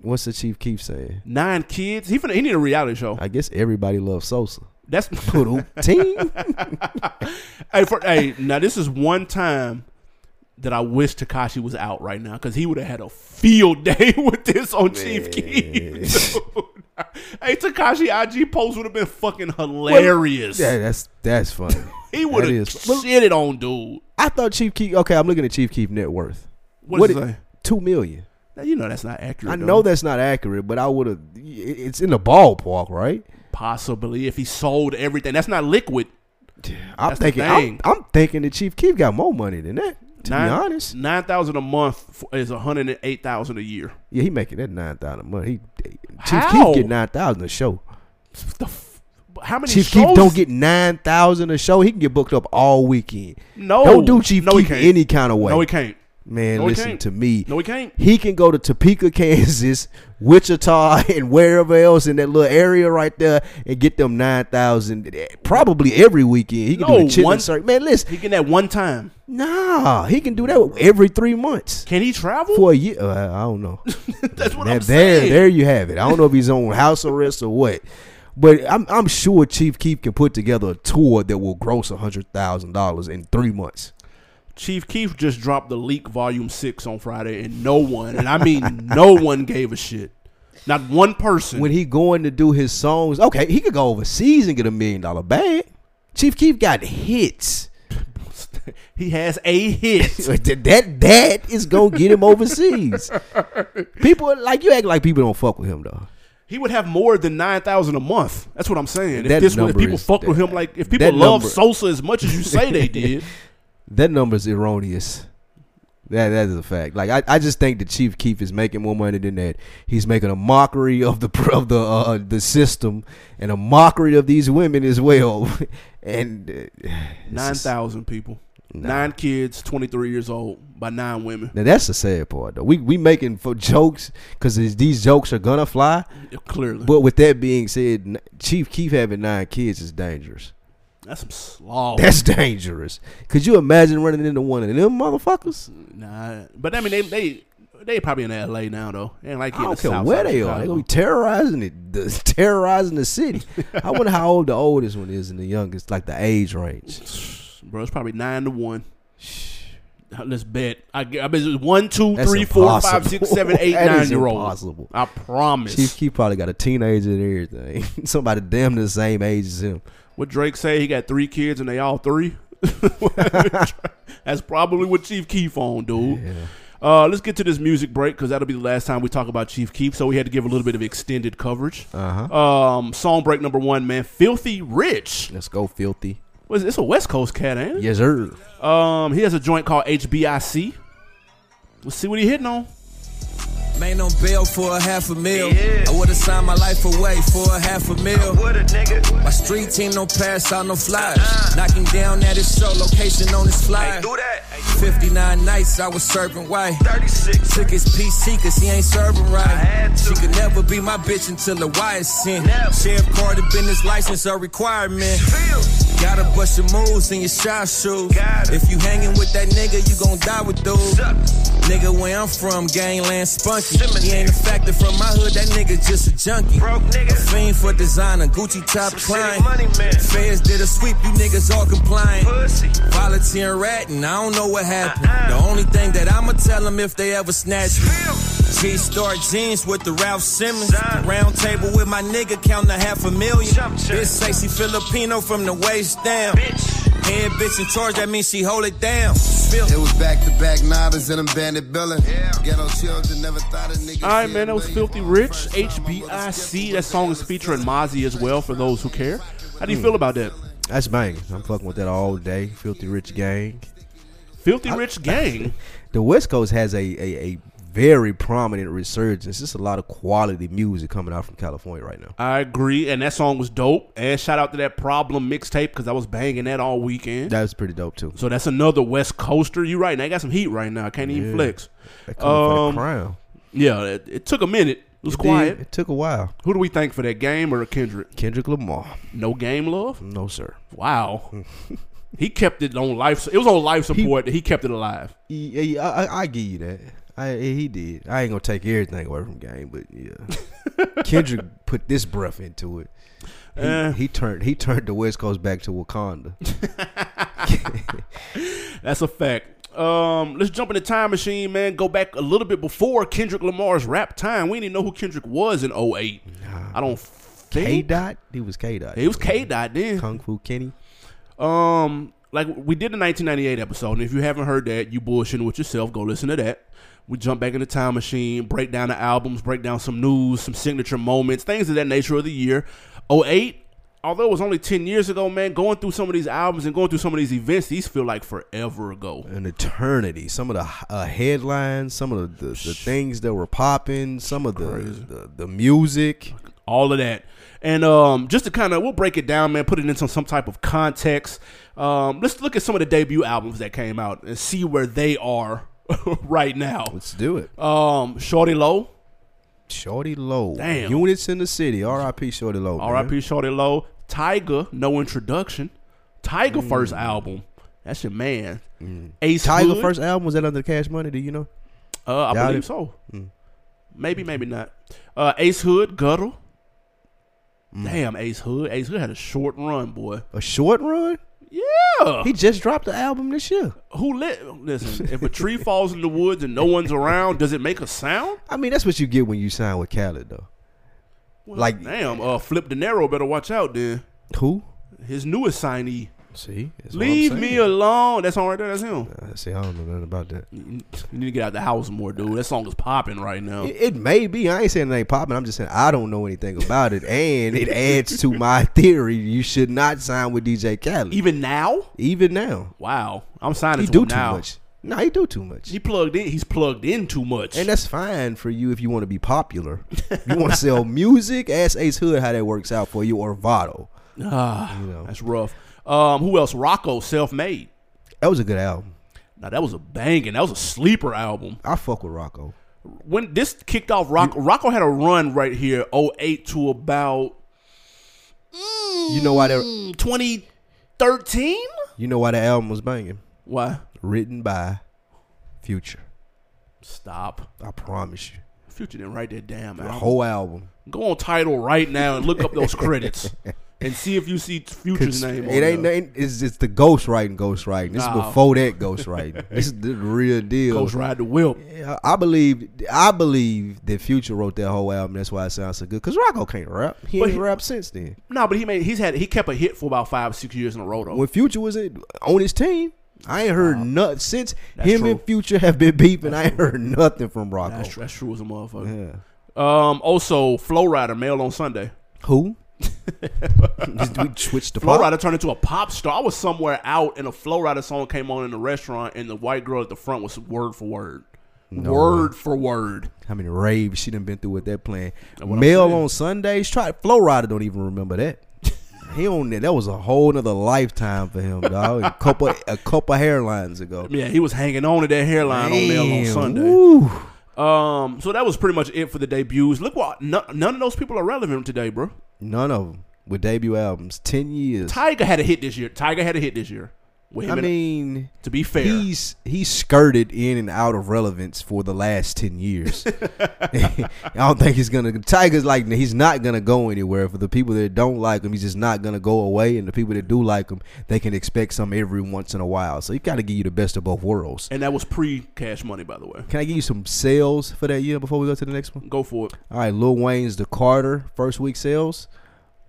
Speaker 1: "What's the Chief Keef saying?"
Speaker 2: Nine kids. He finna, he need a reality show.
Speaker 1: I guess everybody loves Sosa. [laughs]
Speaker 2: That's
Speaker 1: Poodle
Speaker 2: [laughs]
Speaker 1: team.
Speaker 2: hey, for, hey. Now this is one time that I wish Takashi was out right now because he would have had a field [laughs] day with this on Chief Keef. dude. [laughs] hey, Takashi IG post would have been fucking hilarious.
Speaker 1: yeah, that's that's funny.
Speaker 2: [laughs] he would
Speaker 1: that
Speaker 2: have
Speaker 1: is- but-
Speaker 2: shitted on dude.
Speaker 1: I thought Chief Keef. Okay, I'm looking at Chief Keef net worth.
Speaker 2: What,
Speaker 1: What
Speaker 2: is
Speaker 1: it-
Speaker 2: that?
Speaker 1: Two million.
Speaker 2: You know that's not accurate.
Speaker 1: I
Speaker 2: though.
Speaker 1: know that's not accurate, but I would have. It's in the ballpark, right?
Speaker 2: Possibly, if he sold everything, that's not liquid.
Speaker 1: I'm
Speaker 2: That's the
Speaker 1: thinking.
Speaker 2: thing.
Speaker 1: I'm, I'm thinking that Chief Keef got more money than that. To be honest,
Speaker 2: nine thousand a month f- is one hundred and eight thousand a year.
Speaker 1: yeah, he making that nine thousand a month. He Chief
Speaker 2: How?
Speaker 1: Keef get nine thousand a show.
Speaker 2: The f- how many
Speaker 1: Chief
Speaker 2: shows?
Speaker 1: Keef don't get nine thousand a show. He can get booked up all weekend.
Speaker 2: no.
Speaker 1: Don't do Chief
Speaker 2: Oh, no, he
Speaker 1: Keef
Speaker 2: can't.
Speaker 1: any kind of way.
Speaker 2: No, he can't.
Speaker 1: Man,
Speaker 2: No, he
Speaker 1: listen
Speaker 2: can't.
Speaker 1: to me.
Speaker 2: No, he can't.
Speaker 1: He can go to Topeka, [laughs] Kansas, Wichita, and wherever else in that little area right there and get them 9,000 eh, probably every weekend. He can do
Speaker 2: No,
Speaker 1: the chitlin
Speaker 2: one-
Speaker 1: circuit. Man, listen,
Speaker 2: He can that one time.
Speaker 1: nah, he can do that every three months
Speaker 2: Can he travel?
Speaker 1: for a year. Uh, I don't know.
Speaker 2: [laughs] that's what
Speaker 1: Now,
Speaker 2: I'm
Speaker 1: there,
Speaker 2: saying.
Speaker 1: there you have it. I don't know if he's on house arrest or what, but I'm, I'm sure Chief Keef can put together a tour that will gross hundred thousand dollars in three months.
Speaker 2: Chief Keef just dropped the leak volume six on Friday, and no one, and I mean [laughs] no one, gave a shit. Not one person.
Speaker 1: When he going to do his songs, okay, he could go overseas and get a million dollar bag. Chief Keef got hits.
Speaker 2: [laughs] he has a hit.
Speaker 1: that that is gonna get him overseas. People like you act like people don't fuck with him though.
Speaker 2: he would have more than nine thousand a month. That's what I'm saying. If
Speaker 1: That
Speaker 2: this, was- if
Speaker 1: number
Speaker 2: people
Speaker 1: is-
Speaker 2: fucked with him, like if people
Speaker 1: that
Speaker 2: love
Speaker 1: number-
Speaker 2: Sosa as much as you
Speaker 1: [laughs]
Speaker 2: say they did,
Speaker 1: That number's erroneous. That that is a fact. Like I, I just think the Chief Keef is making more money than that. He's making a mockery of the [laughs] pr- of the uh, the system and a mockery of these women as well. [laughs] and uh, it's
Speaker 2: Nine
Speaker 1: just-
Speaker 2: thousand people,
Speaker 1: Nah.
Speaker 2: nine kids, twenty three years old by nine women.
Speaker 1: Now that's the sad part though. We we making for jokes because these jokes are gonna fly.
Speaker 2: Clearly,
Speaker 1: But with that being said, n- Chief Keef having nine kids is dangerous.
Speaker 2: that's some slob.
Speaker 1: That's dangerous. Could you imagine running into one of them motherfuckers?
Speaker 2: nah, but I mean they they they probably in L.A. now though. They ain't like
Speaker 1: I
Speaker 2: in the
Speaker 1: don't care
Speaker 2: South
Speaker 1: where
Speaker 2: Side of
Speaker 1: they are. They're
Speaker 2: Chicago.
Speaker 1: gonna be terrorizing it, the, [laughs] terrorizing the city. I wonder how old the oldest one is and the youngest, like the age range.
Speaker 2: Bro, it's probably nine to one. Let's bet. I, gu- I bet it's one, two,
Speaker 1: That's
Speaker 2: three, four,
Speaker 1: impossible.
Speaker 2: five,
Speaker 1: [laughs]
Speaker 2: six, seven, eight,
Speaker 1: That
Speaker 2: nine
Speaker 1: is
Speaker 2: year old.
Speaker 1: impossible.
Speaker 2: I promise.
Speaker 1: Chief Keef probably got a teenager and everything. [laughs] Somebody damn near the same age as him.
Speaker 2: What Drake say? He got three kids and they all three. [laughs] That's probably what Chief Keef on, dude. Uh, let's get to this music break because that'll be the last time we talk about Chief Keef. So we had to give a little bit of extended coverage.
Speaker 1: Uh huh.
Speaker 2: Um, song break number one, man. Filthy Rich.
Speaker 1: Let's go, filthy.
Speaker 2: Was it's a West Coast cat, ain't it?
Speaker 1: Yes, sir.
Speaker 2: Um, he has a joint called HBIC. Let's see what he hitting on.
Speaker 3: Man on bail for a half a mil. I would've signed my life away for a half a mil.
Speaker 4: What a nigga.
Speaker 3: My street team don't pass out no flyers. Knocking down at his show location on his flyer.
Speaker 4: Do that.
Speaker 3: 59 nights I was serving white. 36. Took his PC cause he ain't serving right. She could never be my bitch until the wire sent. Sheriff Carter business license a requirement. Gotta bust your moves in your shot shoes. If you hanging with that nigga, you gon' die with dude. Nigga, where I'm from, gangland spunky. He ain't a factor from my hood, that nigga just a junkie. Broke nigga. A fiend for designer, Gucci top client. Feds did a sweep, you niggas all compliant. Volunteering ratting, I don't know what happened. The only thing that I'ma tell them if they ever snatch me. G-Star jeans with the Ralph Simmons. Round table with my nigga, counting a half a million. Bitch say she Filipino from the waist down. Head bitch in charge, that means she hold it down. Spill.
Speaker 4: It was back to back nodders in them bandit billing. Ghetto children never thought a nigga.
Speaker 2: All right, man, that was Filthy Rich, HBIC. That song is featuring Mozzie as well, for those who care. How do you feel about that?
Speaker 1: That's banging. I'm fucking with that all day. Filthy Rich Gang.
Speaker 2: Filthy Rich Gang.
Speaker 1: The West Coast has a, a, a very prominent resurgence. It's a lot of quality music coming out from California right now.
Speaker 2: I agree, and that song was dope. And shout out to that Problem mixtape because I was banging that all weekend.
Speaker 1: That's pretty dope too.
Speaker 2: so that's another West Coaster. You right? They got some heat right now. I can't even
Speaker 1: Yeah.
Speaker 2: flex.
Speaker 1: That coming for
Speaker 2: Um,
Speaker 1: the crown.
Speaker 2: Yeah, it, it took a minute. It was
Speaker 1: It did.
Speaker 2: quiet.
Speaker 1: It took a while.
Speaker 2: Who do we thank for that game or Kendrick?
Speaker 1: Kendrick Lamar.
Speaker 2: No game love.
Speaker 1: No sir. [laughs]
Speaker 2: Wow, he kept it on life. It was on life support. that he kept it alive.
Speaker 1: Yeah, yeah, I, I, I give you that. I, he did. I ain't gonna take everything away from Game, but yeah,
Speaker 2: [laughs]
Speaker 1: Kendrick put this breath into it. He,
Speaker 2: Eh.
Speaker 1: he turned he turned the West Coast back to Wakanda.
Speaker 2: That's a fact. Um, let's jump in the time machine, man. Go back a little bit before Kendrick Lamar's rap time. We didn't even know who Kendrick was in 08. I don't
Speaker 1: K
Speaker 2: think.
Speaker 1: dot, he was K dot.
Speaker 2: It was K Dot then.
Speaker 1: Kung Fu Kenny.
Speaker 2: Um, like we did the 1998 episode, and if you haven't heard that, you bullshitting with yourself. Go listen to that. We jump back in the time machine, break down the albums, break down some news, some signature moments, things of that nature of the year. 08, although it was only 10 years ago, man, going through some of these albums and going through some of these events, these feel like forever ago.
Speaker 1: an eternity. Some of the uh, headlines, some of the, the, the things that were popping, some of the, the the music.
Speaker 2: all of that. And um, just to kind of, we'll break it down, man, put it into some type of context. Um, let's look at some of the debut albums that came out and see where they are [laughs] right now.
Speaker 1: Let's do it.
Speaker 2: Um, Shorty Low,
Speaker 1: Shorty Low.
Speaker 2: Damn.
Speaker 1: Units in the city. R.I.P. Shorty Low. man.
Speaker 2: RIP Shorty Low, Tiger, no introduction, Tiger
Speaker 1: Mm.
Speaker 2: first album. That's your man. Ace
Speaker 1: Tiger
Speaker 2: Hood,
Speaker 1: first album was that under Cash Money? Do you know?
Speaker 2: Uh, I
Speaker 1: Doubt
Speaker 2: believe
Speaker 1: it. Mm.
Speaker 2: so. Maybe, maybe not. Uh, Ace Hood, Guttle.
Speaker 1: Mm.
Speaker 2: Damn, Ace Hood. Ace Hood had a short run, boy.
Speaker 1: A short run.
Speaker 2: Yeah.
Speaker 1: He just dropped the album this year.
Speaker 2: who lit listen if a tree falls in the woods and no one's around does it make a sound
Speaker 1: I mean, that's what you get when you sign with Khaled, though.
Speaker 2: Well,
Speaker 1: Like-
Speaker 2: damn uh flip de niro better watch out then
Speaker 1: Who?
Speaker 2: his newest signee
Speaker 1: See, that's what I'm
Speaker 2: leave me
Speaker 1: saying.
Speaker 2: alone that's all right there that's him
Speaker 1: Uh, see, I don't know nothing about that. It,
Speaker 2: you need to get out the house more dude that song is popping right now
Speaker 1: it may be. I ain't saying it ain't popping. I'm just saying I don't know anything about it, and it adds to my [laughs] theory. You should not sign with DJ Khaled.
Speaker 2: even now
Speaker 1: Even now,
Speaker 2: wow i'm signing
Speaker 1: he
Speaker 2: to
Speaker 1: do
Speaker 2: him
Speaker 1: too
Speaker 2: now
Speaker 1: much. No, he do too much,
Speaker 2: he plugged in he's plugged in too much
Speaker 1: and that's fine for you if you want to be popular. you want to sell music. [laughs] Ask Ace Hood how that works out for you, or Vado.
Speaker 2: Ah,
Speaker 1: know.
Speaker 2: that's rough um who else rocco self-made
Speaker 1: That was a good album.
Speaker 2: now that was a banging that was a sleeper album
Speaker 1: I fuck with Rocco.
Speaker 2: when this kicked off Rocco, Rocco had a run right here 08 to about
Speaker 1: You know why that?
Speaker 2: mm, 2013
Speaker 1: You know why that album was banging?
Speaker 2: why
Speaker 1: Written by Future.
Speaker 2: stop
Speaker 1: I promise you.
Speaker 2: future didn't write that damn
Speaker 1: The
Speaker 2: album
Speaker 1: whole album.
Speaker 2: go on title right now and look up
Speaker 1: [laughs]
Speaker 2: those credits and see if you see
Speaker 1: It's-
Speaker 2: future's name on
Speaker 1: it ain't
Speaker 2: there.
Speaker 1: nothing. It's just the ghost writing, ghost writing. This
Speaker 2: Nah.
Speaker 1: is before that ghost writing.
Speaker 2: [laughs]
Speaker 1: this is the real deal.
Speaker 2: Ghost Ride the Whip.
Speaker 1: Yeah, I believe I believe that Future wrote that whole album. That's why it sounds so good. Cause Rocco can't rap. He
Speaker 2: But
Speaker 1: ain't
Speaker 2: he-
Speaker 1: rap since then.
Speaker 2: No, but he made he's had he kept a hit for about five six years in a row though.
Speaker 1: When Future was in, on his team, I ain't heard nothing since
Speaker 2: That's
Speaker 1: him
Speaker 2: true.
Speaker 1: and Future have been beefing. I ain't heard nothing from Rocco.
Speaker 2: that's, true, Oh, that's true as a
Speaker 1: Yeah.
Speaker 2: motherfucker. Um, also Flow Rider Mail on Sunday. [laughs]
Speaker 1: Who? Did we switch the
Speaker 2: Flow
Speaker 1: pop?
Speaker 2: Rider turned into a pop star. I was somewhere out and a Flow Rider song came on in the restaurant and the white girl at the front was word for word. word for word.
Speaker 1: How many raves she done been through with that plan?
Speaker 2: what I'm
Speaker 1: Mail
Speaker 2: saying.
Speaker 1: on Sundays. Try Flow Rider. Don't even remember that. He on there. That was a whole nother lifetime for him, dog. a couple, a couple hairlines
Speaker 2: [laughs]
Speaker 1: ago.
Speaker 2: Yeah, he was hanging on to that hairline on Mel on
Speaker 1: Damn,
Speaker 2: Sunday.
Speaker 1: woo.
Speaker 2: Um, so that was pretty much it for the debuts. Look what no, none of those people are relevant today, bro.
Speaker 1: None of them with debut albums. Ten years.
Speaker 2: Tiger had a hit this year. Tiger had a hit this year. With him
Speaker 1: I
Speaker 2: and-
Speaker 1: mean,
Speaker 2: to be fair,
Speaker 1: he's he skirted in and out of relevance for the last ten
Speaker 2: [laughs]
Speaker 1: years. [laughs] I don't think he's gonna. Tiger's like he's not gonna go anywhere. For the people that don't like him, he's just not gonna go away. And the people that do like him, they can expect some every once in a while. So you gotta give you the best of both worlds.
Speaker 2: and that was pre-Cash Money, by the way.
Speaker 1: Can I give you some sales for that year before we go to the next one?
Speaker 2: Go for it.
Speaker 1: All right, Lil Wayne's The Carter first week sales.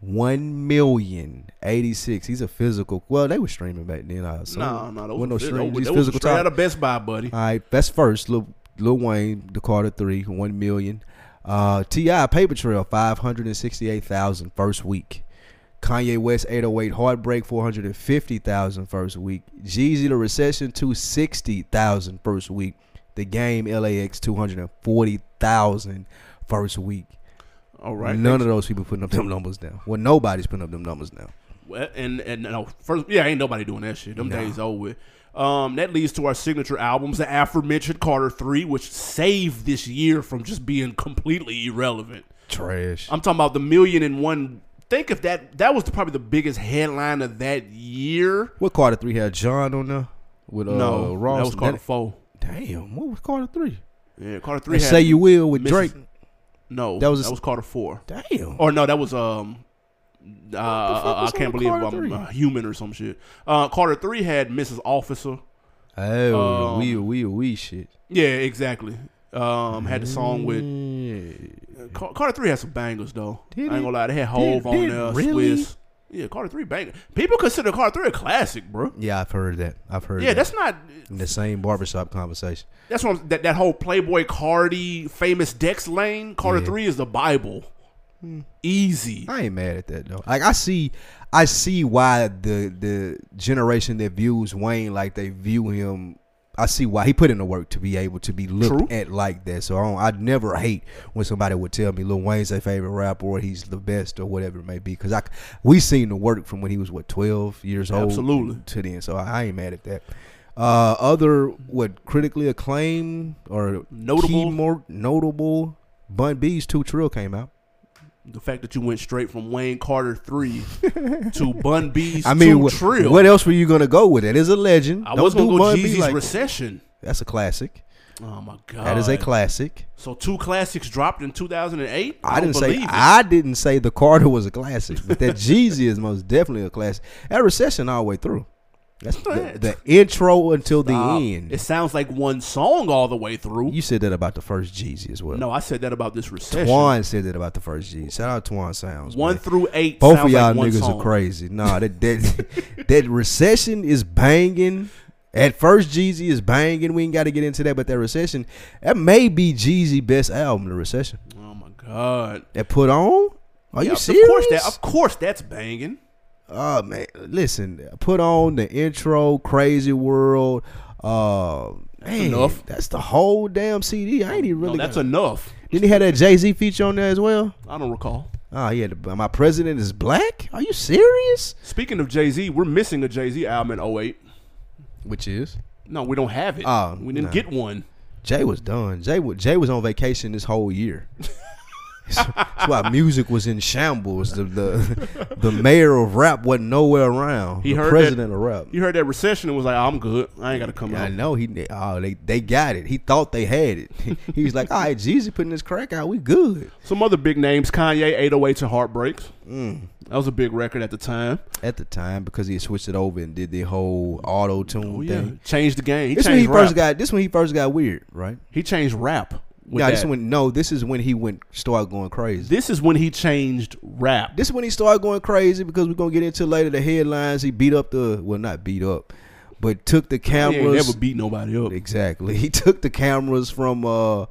Speaker 1: One million eighty six. He's a physical. Well, they were streaming back then. I assume.
Speaker 2: No, no, that
Speaker 1: Wasn't
Speaker 2: was,
Speaker 1: no
Speaker 2: that
Speaker 1: streams,
Speaker 2: was-
Speaker 1: these
Speaker 2: that was
Speaker 1: physical
Speaker 2: straight
Speaker 1: top-
Speaker 2: out of Best Buy, buddy.
Speaker 1: all right, that's first. Lil, Lil Wayne, The Carter three, one million. Uh, Ti Paper Trail, five hundred and sixty eight thousand first week. Kanye West, eight oh eight Heartbreak, four hundred and fifty thousand first week. Jeezy The Recession, two sixty thousand first week. The Game LAX, two hundred and forty thousand first week. Mm-hmm.
Speaker 2: All right,
Speaker 1: None of those people putting up them numbers now. Well, nobody's putting up them numbers now.
Speaker 2: Well, and and no, first, yeah, ain't nobody doing that shit. Them days over. with. Um, that leads to our signature albums, the aforementioned Carter Three, which saved this year from just being completely irrelevant.
Speaker 1: Trash.
Speaker 2: I'm talking about the million and one. Think if that that was probably the biggest headline of that year.
Speaker 1: What Carter three had John on there with uh,
Speaker 2: no,
Speaker 1: Ross?
Speaker 2: that was Carter Four.
Speaker 1: Damn, what was Carter three?
Speaker 2: Yeah, Carter Three.
Speaker 1: And
Speaker 2: had
Speaker 1: say you will with
Speaker 2: Mrs.
Speaker 1: Drake.
Speaker 2: No,
Speaker 1: That
Speaker 2: that
Speaker 1: was
Speaker 2: was
Speaker 1: a-
Speaker 2: that was Carter Four.
Speaker 1: Damn.
Speaker 2: Or no, that was um. Uh, I
Speaker 1: was
Speaker 2: I can't
Speaker 1: on
Speaker 2: believe
Speaker 1: Carter
Speaker 2: I'm
Speaker 1: three?
Speaker 2: uh, human or some shit. Uh, Carter Three had Mrs.
Speaker 1: Mm.
Speaker 2: Officer.
Speaker 1: Oh,
Speaker 2: Um,
Speaker 1: we we we shit.
Speaker 2: Yeah, exactly. Um, had the song with
Speaker 1: Yeah.
Speaker 2: Car- Carter Three had some bangers though.
Speaker 1: Mm. Did
Speaker 2: I
Speaker 1: it?
Speaker 2: ain't gonna lie, they had Hove on
Speaker 1: did
Speaker 2: there,
Speaker 1: really?
Speaker 2: Swiss. Yeah, Carter Three banger. People consider Carter Three a classic, bro.
Speaker 1: Yeah, I've heard that. I've heard.
Speaker 2: Yeah,
Speaker 1: that.
Speaker 2: that's not.
Speaker 1: in the same barbershop conversation.
Speaker 2: That's what I'm, that that whole Playboy Cardi, famous Dex Lane. Carter
Speaker 1: Yeah. Hmm.
Speaker 2: Three is the Bible. Easy.
Speaker 1: I ain't mad at that though. Like I see, I see why the the generation that views Wayne like they view him. I see why he put in the work to be able to be looked
Speaker 2: True.
Speaker 1: at like that. So I don't, I'd never hate when somebody would tell me Lil Wayne's their favorite rapper or he's the best or whatever it may be. Because I, c- we seen the work from when he was what twelve years old,
Speaker 2: Absolutely.
Speaker 1: to then. So I, I ain't mad at that. Uh, other what critically acclaimed or
Speaker 2: Notable.
Speaker 1: key more notable Bun B's Two Trill came out.
Speaker 2: The fact that you went straight from Wayne Carter Three to Bun B's
Speaker 1: I mean,
Speaker 2: to
Speaker 1: what,
Speaker 2: Trill.
Speaker 1: what else were you gonna go with? It is a legend.
Speaker 2: I
Speaker 1: Don't
Speaker 2: was gonna
Speaker 1: do
Speaker 2: go
Speaker 1: Bun B
Speaker 2: Jeezy's
Speaker 1: like-
Speaker 2: Recession.
Speaker 1: That's a classic.
Speaker 2: Oh my god,
Speaker 1: That is a classic.
Speaker 2: So two classics dropped in 2008.
Speaker 1: I didn't say
Speaker 2: believe it.
Speaker 1: I didn't say the Carter was a classic, but that Jeezy is most definitely a classic. That recession all the way through. That's the,
Speaker 2: What?
Speaker 1: the intro until
Speaker 2: Stop.
Speaker 1: the end.
Speaker 2: Uh, It sounds like one song all the way through.
Speaker 1: You said that about the first Jeezy as well.
Speaker 2: no, I said that about this recession.
Speaker 1: Twan said that about the first Jeezy. Shout out Twan Sounds.
Speaker 2: One
Speaker 1: man.
Speaker 2: through eight.
Speaker 1: Both of
Speaker 2: sounds
Speaker 1: y'all
Speaker 2: like one
Speaker 1: niggas
Speaker 2: song.
Speaker 1: are crazy. Nah, that [laughs] that that recession is banging. At first, Jeezy is banging. We ain't got to get into that, but that recession, that may be Jeezy best album, the recession.
Speaker 2: Oh my god.
Speaker 1: That put on. Are
Speaker 2: Yeah,
Speaker 1: you
Speaker 2: of
Speaker 1: serious?
Speaker 2: course that. Of course that's banging.
Speaker 1: oh man, listen. Put on the intro, Crazy World. Uh, man,
Speaker 2: enough.
Speaker 1: That's the whole damn CD. I ain't even really.
Speaker 2: no, that's
Speaker 1: got-
Speaker 2: enough.
Speaker 1: Didn't he have that Jay Z feature on there as well?
Speaker 2: I don't recall.
Speaker 1: Oh yeah, the, my president is black. Are you serious?
Speaker 2: Speaking of Jay Z, we're missing a Jay Z album in 08.
Speaker 1: Which is.
Speaker 2: No, we don't have it.
Speaker 1: Oh,
Speaker 2: we didn't
Speaker 1: no.
Speaker 2: get one.
Speaker 1: Jay was done. Jay was, Jay was on vacation this whole year. That's why music was in shambles. The the, the mayor of rap wasn't nowhere around.
Speaker 2: He
Speaker 1: the
Speaker 2: heard that-
Speaker 1: president of rap.
Speaker 2: You heard that recession and was like, oh, "I'm good. I ain't got to come
Speaker 1: I
Speaker 2: out."
Speaker 1: know he. Oh, they they got it. He thought they had it. [laughs] he was like, "All right, Jeezy putting this crack out. We good."
Speaker 2: Some other big names: Kanye, 808 and Heartbreaks.
Speaker 1: Mm.
Speaker 2: That was a big record at the time.
Speaker 1: At the time, because he had switched it over and did the whole auto tune
Speaker 2: Oh, yeah,
Speaker 1: thing.
Speaker 2: changed the game. He
Speaker 1: This when he
Speaker 2: changed
Speaker 1: first
Speaker 2: rap.
Speaker 1: got. This when he first got weird, right?
Speaker 2: he changed rap. With
Speaker 1: No,
Speaker 2: that.
Speaker 1: this is when no. This is when he went started going crazy.
Speaker 2: This is when he changed rap.
Speaker 1: This is when he started going crazy because we're gonna get into later the headlines. He beat up the well, not beat up, but took the
Speaker 2: he ain't
Speaker 1: cameras. [laughs]
Speaker 2: never beat nobody up.
Speaker 1: exactly, he took the cameras from uh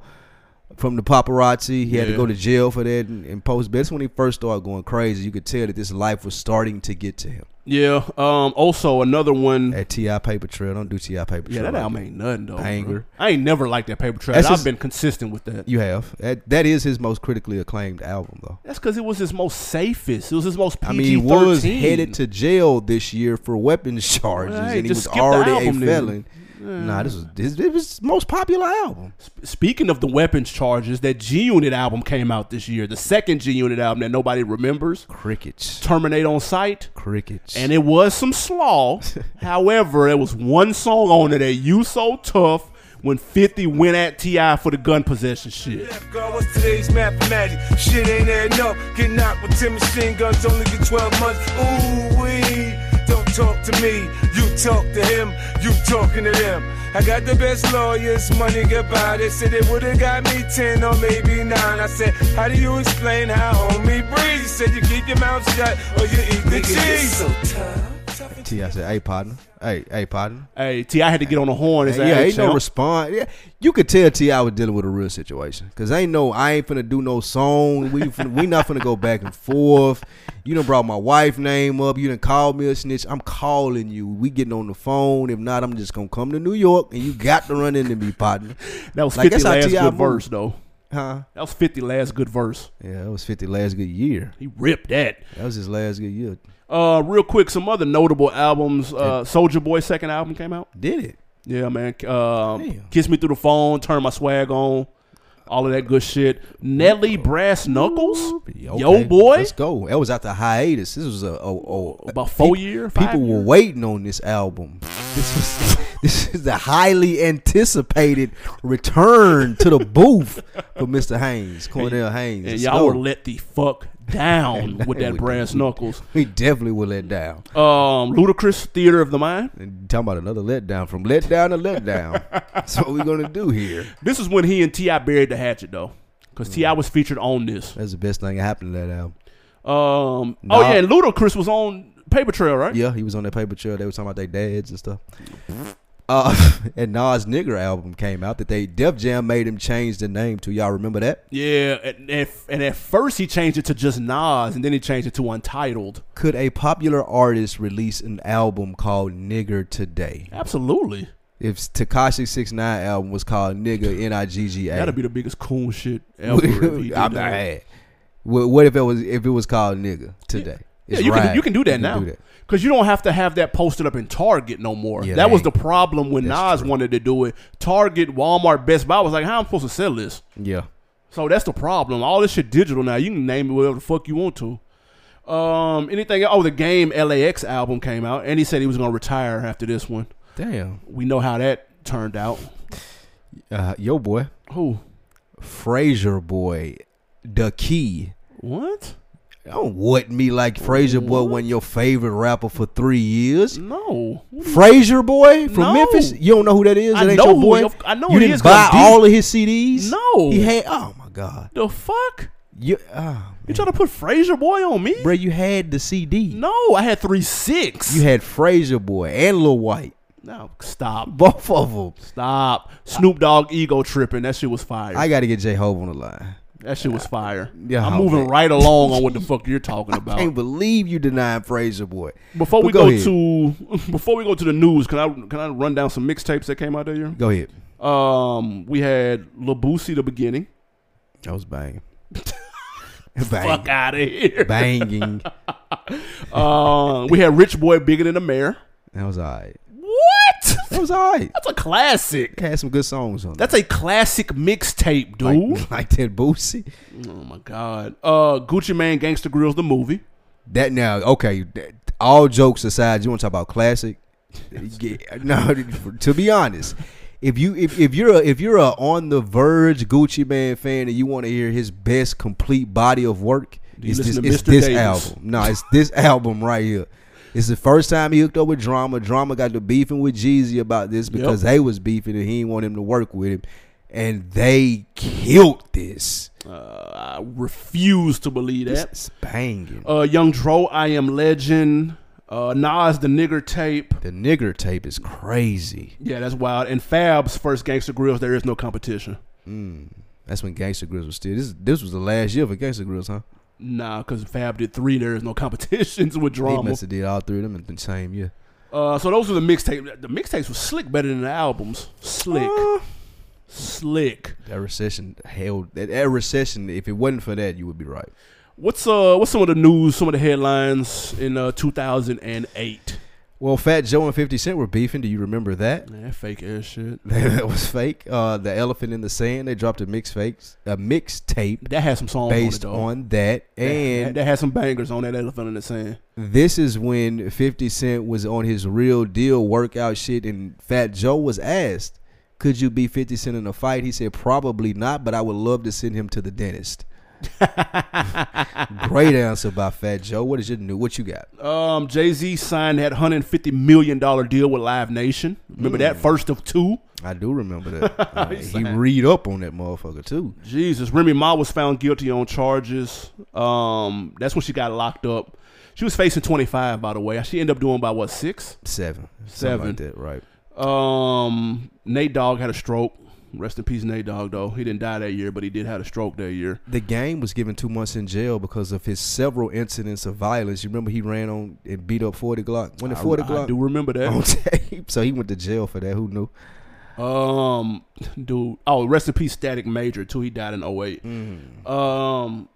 Speaker 1: from the paparazzi. He had to
Speaker 2: Yeah.
Speaker 1: go to jail for that and, and post. That's when he first started going crazy. You could tell that this life was starting to get to him.
Speaker 2: Yeah. Um. Also, another one.
Speaker 1: At Ti Paper Trail, don't do Ti Paper
Speaker 2: yeah,
Speaker 1: Trail.
Speaker 2: that
Speaker 1: like
Speaker 2: album ain't nothing though. bro.
Speaker 1: Banger.
Speaker 2: I ain't never liked that paper trail.
Speaker 1: That's
Speaker 2: I've
Speaker 1: just-
Speaker 2: been consistent with that.
Speaker 1: You have that. That is his most critically acclaimed album, though.
Speaker 2: That's because it was his most safest. It was his most PG
Speaker 1: I mean, he was headed to jail this year for weapons [laughs] charges,
Speaker 2: Right,
Speaker 1: and he
Speaker 2: just
Speaker 1: was
Speaker 2: skip the
Speaker 1: already
Speaker 2: album
Speaker 1: a
Speaker 2: then.
Speaker 1: felon. Nah, this was this, it was his most popular album.
Speaker 2: Speaking of the weapons charges, that G Unit album came out this year. The second G Unit album that nobody remembers,
Speaker 1: Crickets,
Speaker 2: Terminate on Sight.
Speaker 1: crickets,
Speaker 2: And it was
Speaker 1: [laughs]
Speaker 2: some slaw. However, there was one song on it that you so tough when 50 went at T.I. for the gun possession shit.
Speaker 5: Left guard, what's today's mathematics? Shit ain't adding up. Get knocked with 10 machine guns, only get 12 months. Ooh, wee. Don't talk to me. You talk to him. You talking to them. I got the best lawyers, money goodbye. They said they would've got me 10 or maybe 9. I said, How do you explain how homie breathe? He said, You keep your mouth shut or you eat the cheese.
Speaker 1: T.I. said, "Hey partner, hey hey partner."
Speaker 2: Hey, T.I. had to get on the horn. and
Speaker 1: Yeah,
Speaker 2: say, hey,
Speaker 1: ain't no
Speaker 2: champ.
Speaker 1: response. Yeah, you could tell T.I. was dealing with a real situation because ain't no, I ain't finna do no song. We finna, we not finna go back and forth. You done brought my wife name up. You done called me a snitch. I'm calling you. We getting on the phone. If not, I'm just gonna come to New York and you got to run into me, partner.
Speaker 2: That was
Speaker 1: Like,
Speaker 2: 50
Speaker 1: that's how
Speaker 2: last
Speaker 1: T.I.
Speaker 2: good
Speaker 1: moved.
Speaker 2: verse, though.
Speaker 1: Huh?
Speaker 2: That was 50 last good verse.
Speaker 1: Yeah, that was 50 last good year.
Speaker 2: He ripped that.
Speaker 1: That was his last good year.
Speaker 2: Uh, real quick, some other notable albums. Uh, Soldier Boy second album came out.
Speaker 1: Did it?
Speaker 2: Yeah, man. Uh,
Speaker 1: Damn.
Speaker 2: Kiss me through the phone. Turn my swag on. All of that good shit. Nelly Brass Knuckles. Yo,
Speaker 1: Okay,
Speaker 2: boy.
Speaker 1: let's go. That was after hiatus. This was a, a, a
Speaker 2: About four year, five
Speaker 1: People were
Speaker 2: year?
Speaker 1: waiting on this album. This was [laughs] this is the highly anticipated return to the booth for Mr. Haynes, Cornell Haynes.
Speaker 2: And
Speaker 1: Let's
Speaker 2: y'all
Speaker 1: go.
Speaker 2: were let the fuck
Speaker 1: [laughs]
Speaker 2: down with that Brass Knuckles.
Speaker 1: We definitely were let down.
Speaker 2: Um, Ludicrous Theater of the Mind.
Speaker 1: And talking about another letdown from letdown to
Speaker 2: [laughs]
Speaker 1: letdown. That's what we're gonna do here.
Speaker 2: This is when he and T.I. buried the hatchet, though. Because
Speaker 1: Mm.
Speaker 2: T.I. was featured on this.
Speaker 1: That's the best thing that happened to that album.
Speaker 2: Um,
Speaker 1: Nah.
Speaker 2: Oh, yeah. And Ludacris was on Paper Trail, right?
Speaker 1: Yeah, he was on that paper trail. They were talking about their dads and stuff. Uh, [laughs] and Nas Nigger album came out that they Def Jam made him change the name to. Y'all remember that?
Speaker 2: Yeah, and at, and at first he changed it to just Nas, and then he changed it to Untitled.
Speaker 1: Could a popular artist release an album called Nigger today?
Speaker 2: Absolutely,
Speaker 1: If Takashi Six Nine album was called Nigger N I G G A, [laughs]
Speaker 2: that'd be the biggest coon shit ever. if he did
Speaker 1: I'm not.
Speaker 2: that.
Speaker 1: hey. What what if it was if it was called Nigger today?
Speaker 2: Yeah,
Speaker 1: It's
Speaker 2: you can
Speaker 1: right.
Speaker 2: you can do that now because you don't have to have that posted up in Target no more.
Speaker 1: Yeah,
Speaker 2: that was the
Speaker 1: dang.
Speaker 2: problem when
Speaker 1: That's
Speaker 2: Nas
Speaker 1: true.
Speaker 2: wanted to do it. Target, Walmart, Best Buy was like, "How am I supposed to sell this?"
Speaker 1: Yeah,
Speaker 2: So that's the problem. All this shit digital now. You can name it whatever the fuck you want to. Um, anything? Oh, the Game LAX album came out, and he said he was gonna retire after this one.
Speaker 1: damn.
Speaker 2: We know how that turned out.
Speaker 1: Uh, yo, boy,
Speaker 2: Who?
Speaker 1: Fraser boy, the key.
Speaker 2: What?
Speaker 1: Don't what me like Fraser Boy wasn't your favorite rapper for three years.
Speaker 2: No. What do you-
Speaker 1: Fraser Boy from
Speaker 2: No.
Speaker 1: Memphis. You don't know who that is?
Speaker 2: I
Speaker 1: That ain't
Speaker 2: know
Speaker 1: your
Speaker 2: who
Speaker 1: boy.
Speaker 2: he- I know
Speaker 1: you
Speaker 2: who he
Speaker 1: didn't
Speaker 2: is 'cause
Speaker 1: buy
Speaker 2: D-
Speaker 1: all of his CDs.
Speaker 2: No.
Speaker 1: he had. Oh my god.
Speaker 2: The fuck?
Speaker 1: You, oh,
Speaker 2: You trying to put Fraser Boy on me?
Speaker 1: bro, you had the CD.
Speaker 2: No, I had three six.
Speaker 1: You had Fraser Boy and Lil White,
Speaker 2: no, stop,
Speaker 1: both of them.
Speaker 2: stop. Snoop Dogg ego tripping. That shit was fire.
Speaker 1: I got to get J Hove on the line.
Speaker 2: that shit was fire.
Speaker 1: Yeah, oh,
Speaker 2: I'm moving
Speaker 1: man.
Speaker 2: right along on what the fuck you're
Speaker 1: [laughs]
Speaker 2: talking
Speaker 1: I
Speaker 2: about.
Speaker 1: can't believe you denying Fraser Boy.
Speaker 2: Before
Speaker 1: But
Speaker 2: we go,
Speaker 1: ahead.
Speaker 2: to [laughs] before we go to the news, can I can I run down some mixtapes that came out that year?
Speaker 1: go ahead.
Speaker 2: Um, we had Labusi the beginning.
Speaker 1: That was [laughs] banging.
Speaker 2: Fuck
Speaker 1: banging.
Speaker 2: out of here.
Speaker 1: Banging.
Speaker 2: Um, we had Rich Boy bigger than the mayor.
Speaker 1: That was all right.
Speaker 2: What? [laughs]
Speaker 1: That was all right.
Speaker 2: That's a classic.
Speaker 1: Had some good songs on.
Speaker 2: That's a classic mixtape, dude.
Speaker 1: like, [laughs] like that Boosie.
Speaker 2: oh my god. Uh, Gucci Man, Gangsta Grills, the movie.
Speaker 1: That now, okay. that- all jokes aside, you want to talk about classic? Yeah, no, [laughs] to be honest, if you if, if you're a, if you're a on the verge Gucci Man fan and you want to hear his best complete body of work,
Speaker 2: you
Speaker 1: it's this,
Speaker 2: listen to
Speaker 1: it's
Speaker 2: Mr.
Speaker 1: this
Speaker 2: Davis?
Speaker 1: album. No, it's this [laughs] album right here. It's the first time he hooked up with Drama. Drama got to beefing with Jeezy about this because they was beefing and he didn't want him to work with him, and they killed this.
Speaker 2: Uh, I refuse to believe that.
Speaker 1: It's banging.
Speaker 2: Uh, Young Dro, I Am Legend. Uh, Nas, the nigger tape.
Speaker 1: The nigger tape is crazy.
Speaker 2: Yeah, that's wild. And Fab's first Gangsta Grills, there is no competition.
Speaker 1: That's when Gangster Grills was still. This this was the last year for Gangster Grills, huh?
Speaker 2: Nah, because Fab did three. There is no competitions [laughs] with
Speaker 1: He
Speaker 2: drama.
Speaker 1: must have did all three of them in the same year.
Speaker 2: Uh, so those were the mixtapes. The mixtapes were slick better than the albums. Slick,
Speaker 1: Uh.
Speaker 2: slick.
Speaker 1: That recession held that, that recession. If it wasn't for that, you would be right.
Speaker 2: What's uh what's some of the news, some of the headlines in uh 2008?
Speaker 1: Well, Fat Joe and Fifty Cent were beefing. Do you remember that? [laughs]
Speaker 2: Man, that fake ass shit.
Speaker 1: that was fake. Uh, the elephant in the sand. They dropped a mix fakes a mixtape
Speaker 2: That had some songs
Speaker 1: based
Speaker 2: on it though.
Speaker 1: on that,
Speaker 2: that,
Speaker 1: and
Speaker 2: that had some bangers on that elephant in the sand.
Speaker 1: this is when 50 Cent was on his real deal workout shit, and Fat Joe was asked, Could you beat 50 Cent in a fight? He said, Probably not, but I would love to send him to the
Speaker 2: [laughs]
Speaker 1: dentist. Great answer by Fat Joe. What is your new? What you got?
Speaker 2: Um, Jay Z signed that 150 million dollar deal with Live Nation. Remember that first of two.
Speaker 1: I do remember
Speaker 2: [laughs]
Speaker 1: that. Uh, he read up on that motherfucker too.
Speaker 2: Jesus, Remy Ma was found guilty on charges. Um, that's when she got locked up. She was facing 25, by the way. She ended up doing by what six?
Speaker 1: Seven,
Speaker 2: Seven.
Speaker 1: Something like that, right?
Speaker 2: Um, Nate Dogg had a stroke. Rest in peace, Nate Dogg. Though he didn't die that year, but he did have a stroke that year.
Speaker 1: The game was given two months in jail because of his several incidents of violence. You remember he ran on and beat up Forty Glock. When the Forty
Speaker 2: I
Speaker 1: Glock
Speaker 2: do remember
Speaker 1: on
Speaker 2: [laughs] that.
Speaker 1: tape, so he went to jail for that. Who knew?
Speaker 2: Um, [laughs] dude. Oh, rest in peace, Static Major. Too. He died in 08. Um,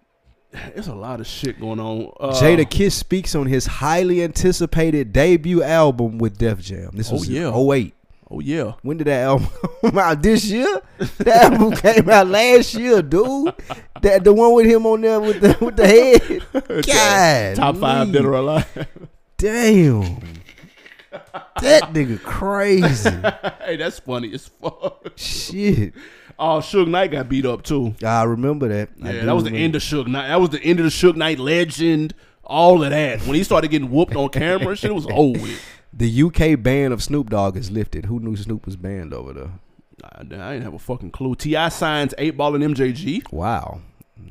Speaker 2: there's a lot of shit going on. Uh,
Speaker 1: Jada Kiss speaks on his highly anticipated debut album with Def Jam. This
Speaker 2: Oh,
Speaker 1: was
Speaker 2: yeah.
Speaker 1: oh eight.
Speaker 2: Oh yeah.
Speaker 1: When did that album [laughs] come out? This year? That
Speaker 2: [laughs]
Speaker 1: album came out last year, dude. That the one with him on there with the with the
Speaker 2: [laughs]
Speaker 1: head. God,
Speaker 2: Top five
Speaker 1: me.
Speaker 2: dead or alive.
Speaker 1: Damn. That
Speaker 2: [laughs]
Speaker 1: nigga crazy.
Speaker 2: [laughs] hey, that's funny as fuck.
Speaker 1: Shit.
Speaker 2: Oh, Suge Knight got beat up too.
Speaker 1: I remember that. I
Speaker 2: Yeah,
Speaker 1: do
Speaker 2: that was the
Speaker 1: remember.
Speaker 2: end of Suge Knight. That was the end of the Suge Knight legend. All of that. When he started getting whooped on camera, shit it was over. with.
Speaker 1: The UK ban of Snoop Dogg is lifted. Who knew Snoop was banned over there?
Speaker 2: I, I didn't have a fucking clue. Ti signs eight ball and MJG.
Speaker 1: Wow.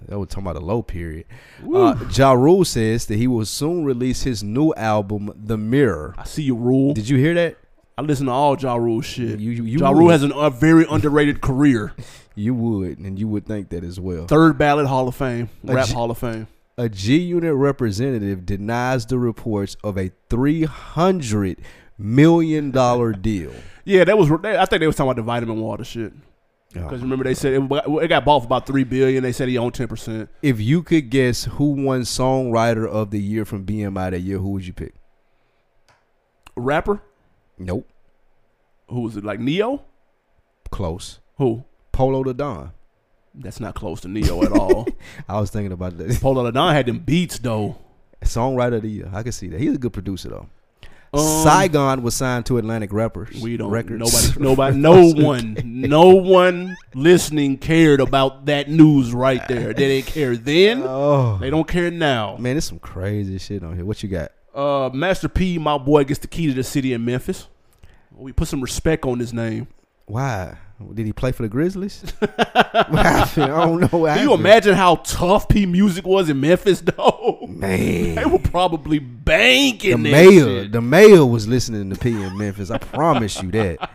Speaker 1: That was talking about a low period. Uh, ja Rule says that he will soon release his new album, The Mirror.
Speaker 2: I see you rule.
Speaker 1: Did you hear that?
Speaker 2: I listen to all Ja Rule shit.
Speaker 1: You- you- you-
Speaker 2: ja Rule has an, a very underrated career.
Speaker 1: You would, and you would think that as well.
Speaker 2: Third ballot Hall of Fame, rap
Speaker 1: J-
Speaker 2: Hall of Fame.
Speaker 1: A G Unit representative denies the reports of a $300 million deal.
Speaker 2: Yeah, that was. That, I think they was talking about the vitamin water shit.
Speaker 1: Uh,
Speaker 2: Because
Speaker 1: Uh-huh.
Speaker 2: remember they said it, it got bought for about three billion. They said he owned ten percent.
Speaker 1: If you could guess who won Songwriter of the Year from BMI that year, who would you pick?
Speaker 2: Rapper
Speaker 1: Nope.
Speaker 2: who was it? Like Neo?
Speaker 1: Close.
Speaker 2: Who?
Speaker 1: Polo the Don.
Speaker 2: That's not close to Neo at all.
Speaker 1: I was thinking about that. [laughs]
Speaker 2: Polo Don had them beats though.
Speaker 1: Songwriter of the Year. I can see that. He's a good producer, though.
Speaker 2: Um,
Speaker 1: Saigon was signed to Atlantic Records.
Speaker 2: We
Speaker 1: [laughs]
Speaker 2: don't.
Speaker 1: Records.
Speaker 2: Nobody. Nobody. No one. No one listening cared about that news right there. They didn't care then.
Speaker 1: Oh
Speaker 2: They don't care now.
Speaker 1: man, there's some crazy shit on here. What you got?
Speaker 2: Uh, Master P, my boy, gets the key to the city in Memphis. We put some respect on his name.
Speaker 1: Why did he play for the Grizzlies?
Speaker 2: [laughs]
Speaker 1: what happened? I don't know. What
Speaker 2: Can
Speaker 1: happened.
Speaker 2: you imagine how tough P music was in Memphis, [laughs] though? They
Speaker 1: Man,
Speaker 2: were probably
Speaker 1: the
Speaker 2: banking that
Speaker 1: mayor,
Speaker 2: shit.
Speaker 1: the mayor was listening to P in Memphis. I promise you that.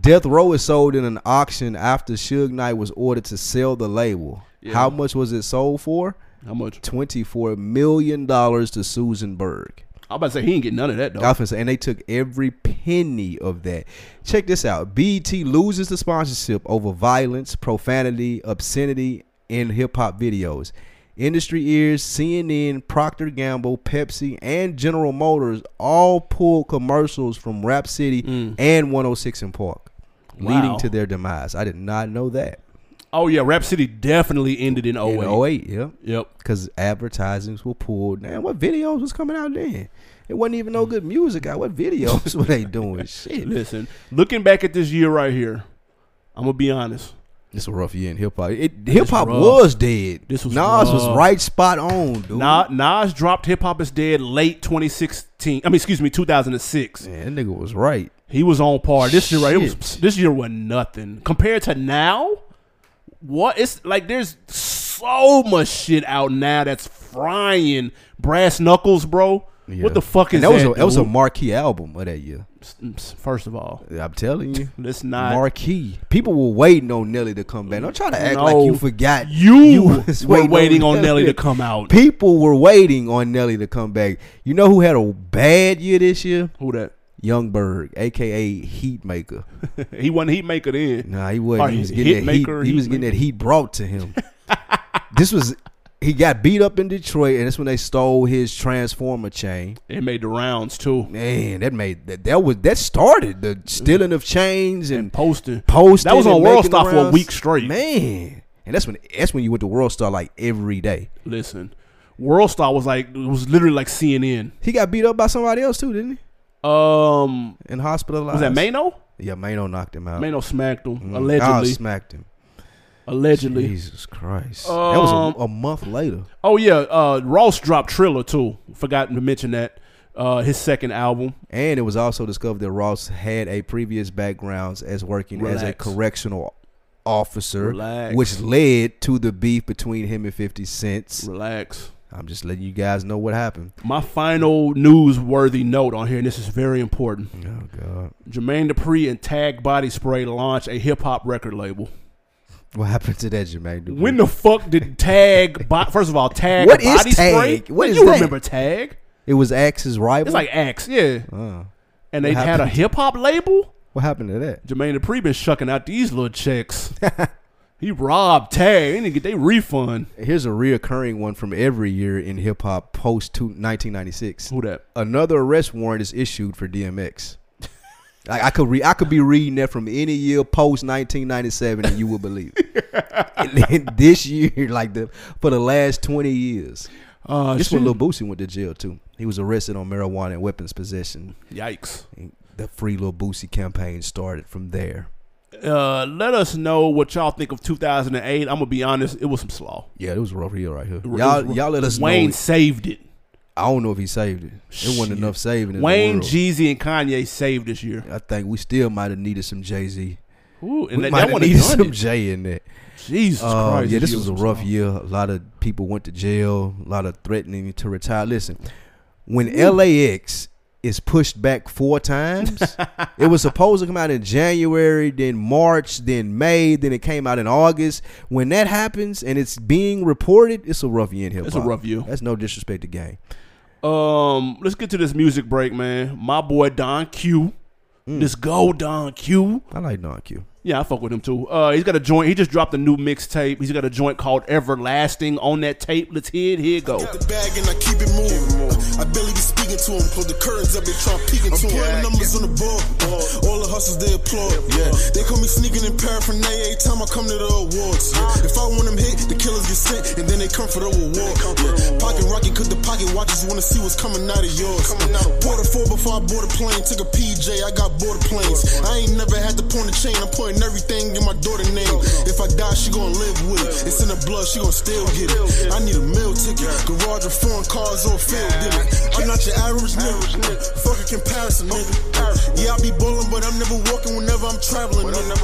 Speaker 1: Death Row is sold in an auction after Suge Knight was ordered to sell the label. How much was it sold for?
Speaker 2: How much?
Speaker 1: Twenty-four million dollars to Susan Berg.
Speaker 2: I'm about to say he ain't get none of that, though.
Speaker 1: Dolphins, and they took every penny of that. Check this out: BET loses the sponsorship over violence, profanity, obscenity in hip hop videos. Industry ears, CNN, Procter Gamble, Pepsi, and General Motors all pulled commercials from Rap City and 106 and Park,
Speaker 2: Wow.
Speaker 1: leading to their demise. I did not know that.
Speaker 2: Oh, yeah. Rap City definitely ended in 08.
Speaker 1: In 08, yeah,
Speaker 2: Yep.
Speaker 1: because advertisements were pulled. Man, what videos was coming out then? It wasn't even no good music out. What videos [laughs] were they
Speaker 2: [laughs]
Speaker 1: doing? Shit.
Speaker 2: Listen, looking back at this year right here, I'm going to be honest.
Speaker 1: It's a rough year in hip hop. It hip hop
Speaker 2: rough.
Speaker 1: was dead.
Speaker 2: This
Speaker 1: This was
Speaker 2: was
Speaker 1: Nas
Speaker 2: rough.
Speaker 1: was right spot on, dude.
Speaker 2: Na- Nas dropped Hip Hop is Dead late 2016. I mean, excuse me, 2006.
Speaker 1: Man, that nigga was right.
Speaker 2: He was on par. This year, right? It was,
Speaker 1: Shit.
Speaker 2: this year was nothing compared to now. What it's like? There's so much shit out now that's frying brass knuckles, bro.
Speaker 1: Yeah.
Speaker 2: What the fuck
Speaker 1: And
Speaker 2: is
Speaker 1: that? Was a,
Speaker 2: that,
Speaker 1: that was a
Speaker 2: dude?
Speaker 1: marquee album of that year.
Speaker 2: First of all,
Speaker 1: I'm telling
Speaker 2: [laughs]
Speaker 1: you.
Speaker 2: let's not.
Speaker 1: marquee. People were waiting on Nelly to come back. Don't try to act
Speaker 2: No.
Speaker 1: like you forgot.
Speaker 2: You,
Speaker 1: [laughs] was
Speaker 2: were
Speaker 1: [laughs]
Speaker 2: waiting on Nelly to come out.
Speaker 1: People were waiting on Nelly to come back. You know who had a bad year this year?
Speaker 2: Who that?
Speaker 1: Youngberg, aka Heatmaker.
Speaker 2: he wasn't heat maker then.
Speaker 1: Nah, he wasn't.
Speaker 2: Or
Speaker 1: he was
Speaker 2: hit-
Speaker 1: getting that heat.
Speaker 2: hitmaker,
Speaker 1: he was getting that heat brought to
Speaker 2: [laughs]
Speaker 1: him. this was he got beat up in Detroit, and that's when they stole his transformer chain.
Speaker 2: It made the rounds too.
Speaker 1: Man, that made that that was that started the stealing of chains and,
Speaker 2: Posting.
Speaker 1: posting.
Speaker 2: That was on
Speaker 1: and
Speaker 2: World
Speaker 1: making
Speaker 2: Star for a
Speaker 1: rounds.
Speaker 2: week straight.
Speaker 1: Man. And that's when that's when you went to World Star like every day.
Speaker 2: Listen, World Star was like was literally like CNN.
Speaker 1: He got beat up by somebody else too, didn't he?
Speaker 2: Um,
Speaker 1: And hospitalized.
Speaker 2: was that Mano?
Speaker 1: Yeah, Mano knocked him out.
Speaker 2: Mano smacked him
Speaker 1: Uh, Mm. Oh,
Speaker 2: allegedly.
Speaker 1: smacked him.
Speaker 2: allegedly.
Speaker 1: Jesus Christ. that was
Speaker 2: Um,
Speaker 1: a, a month later.
Speaker 2: Oh yeah, uh, Ross dropped Triller too. Forgotten to mention that uh, his second album.
Speaker 1: And it was also discovered that Ross had a previous backgrounds as working as a
Speaker 2: Relax.
Speaker 1: correctional officer,
Speaker 2: Relax.
Speaker 1: which led to the beef between him and 50 Cent.
Speaker 2: Relax.
Speaker 1: I'm just letting you guys know what happened.
Speaker 2: My final newsworthy note on here, and this is very important.
Speaker 1: Oh, God.
Speaker 2: Jermaine Dupri and Tag Body Spray launch a hip hop record label.
Speaker 1: What happened to that, Jermaine? Dupri?
Speaker 2: When the fuck did Tag? Bo- First of all, Tag
Speaker 1: What is
Speaker 2: Body Spray.
Speaker 1: Tag? What is
Speaker 2: you
Speaker 1: that?
Speaker 2: remember Tag?
Speaker 1: it was Axe's rival.
Speaker 2: It's like Axe, yeah.
Speaker 1: Uh,
Speaker 2: And they
Speaker 1: What
Speaker 2: had a
Speaker 1: happened?
Speaker 2: hip hop label.
Speaker 1: what happened to that?
Speaker 2: Jermaine Dupri been shucking out these little
Speaker 1: [laughs]
Speaker 2: checks. he robbed Tag. They didn't get their refund.
Speaker 1: Here's a reoccurring one from every year in hip hop post to 1996.
Speaker 2: Who that?
Speaker 1: Another arrest warrant is issued for DMX. [laughs] Like I could re- I could be reading that from any year post 1997, and you would believe. it.
Speaker 2: [laughs]
Speaker 1: And then this year, like the for the last 20 years,
Speaker 2: Uh,
Speaker 1: this
Speaker 2: shit.
Speaker 1: when Lil Boosie went to jail too. He was arrested on marijuana and weapons possession.
Speaker 2: Yikes.
Speaker 1: And The Free Lil Boosie campaign started from there.
Speaker 2: Uh, let us know what y'all think of 2008. I'm gonna be honest, it was some slaw.
Speaker 1: Yeah, it was a rough year right here.
Speaker 2: It was-
Speaker 1: Y'all, y'all let us
Speaker 2: Wayne
Speaker 1: know.
Speaker 2: saved it.
Speaker 1: I don't know if he saved it. It wasn't
Speaker 2: Shit.
Speaker 1: enough saving. In the
Speaker 2: Wayne,
Speaker 1: world.
Speaker 2: Jeezy, and Kanye saved this year.
Speaker 1: I think we still might have needed some Jay Z.
Speaker 2: Ooh, and
Speaker 1: We might
Speaker 2: that, that
Speaker 1: have
Speaker 2: one
Speaker 1: needed
Speaker 2: is done
Speaker 1: some
Speaker 2: it.
Speaker 1: Jay in there.
Speaker 2: Jesus
Speaker 1: Um,
Speaker 2: Christ.
Speaker 1: yeah, this
Speaker 2: year
Speaker 1: was a
Speaker 2: some
Speaker 1: rough
Speaker 2: slaw.
Speaker 1: year. A lot of people went to jail. A lot of threatening to retire. Listen, when LAX is pushed back four
Speaker 2: [laughs]
Speaker 1: times, it was supposed to come out in January, then March, then May, then it came out in August. When that happens and it's being reported, it's a rough year in hip hop.
Speaker 2: It's a rough year.
Speaker 1: That's no disrespect to game.
Speaker 2: Um, let's get to this music break, man. My boy Don Q.
Speaker 1: Hmm.
Speaker 2: This go Don Q.
Speaker 1: I like Non Q.
Speaker 2: Yeah, I fuck with him too. Uh, he's got a joint. He just dropped a new mixtape. He's got a joint called Everlasting on that tape. Let's hear it. Here it go.
Speaker 6: the bag and I keep it moving. I barely be speaking to them, close the curtains up, they try peeking to them. All the numbers on the board, all the hustles they applaud. Yeah, they call me sneaking in paraphernalia every time I come to the awards. Yeah. If I want them hit, the killers get sent and then they come for the reward. Yeah. Pocket rocket, cause the pocket watches wanna see what's coming out of yours. Bought a four before I bought a plane, took a PJ, I got bored of planes. I ain't never had to point a chain, I'm pointing everything in my daughter name. If I die, she gon' live with it. It's in the blood, she gon' still get it. I need a meal ticket, garage or foreign cars or field did it. I'm not your average nigga, fuck a comparison nigga. Yeah, I be bowling, but I'm never walking whenever I'm traveling. Nigga.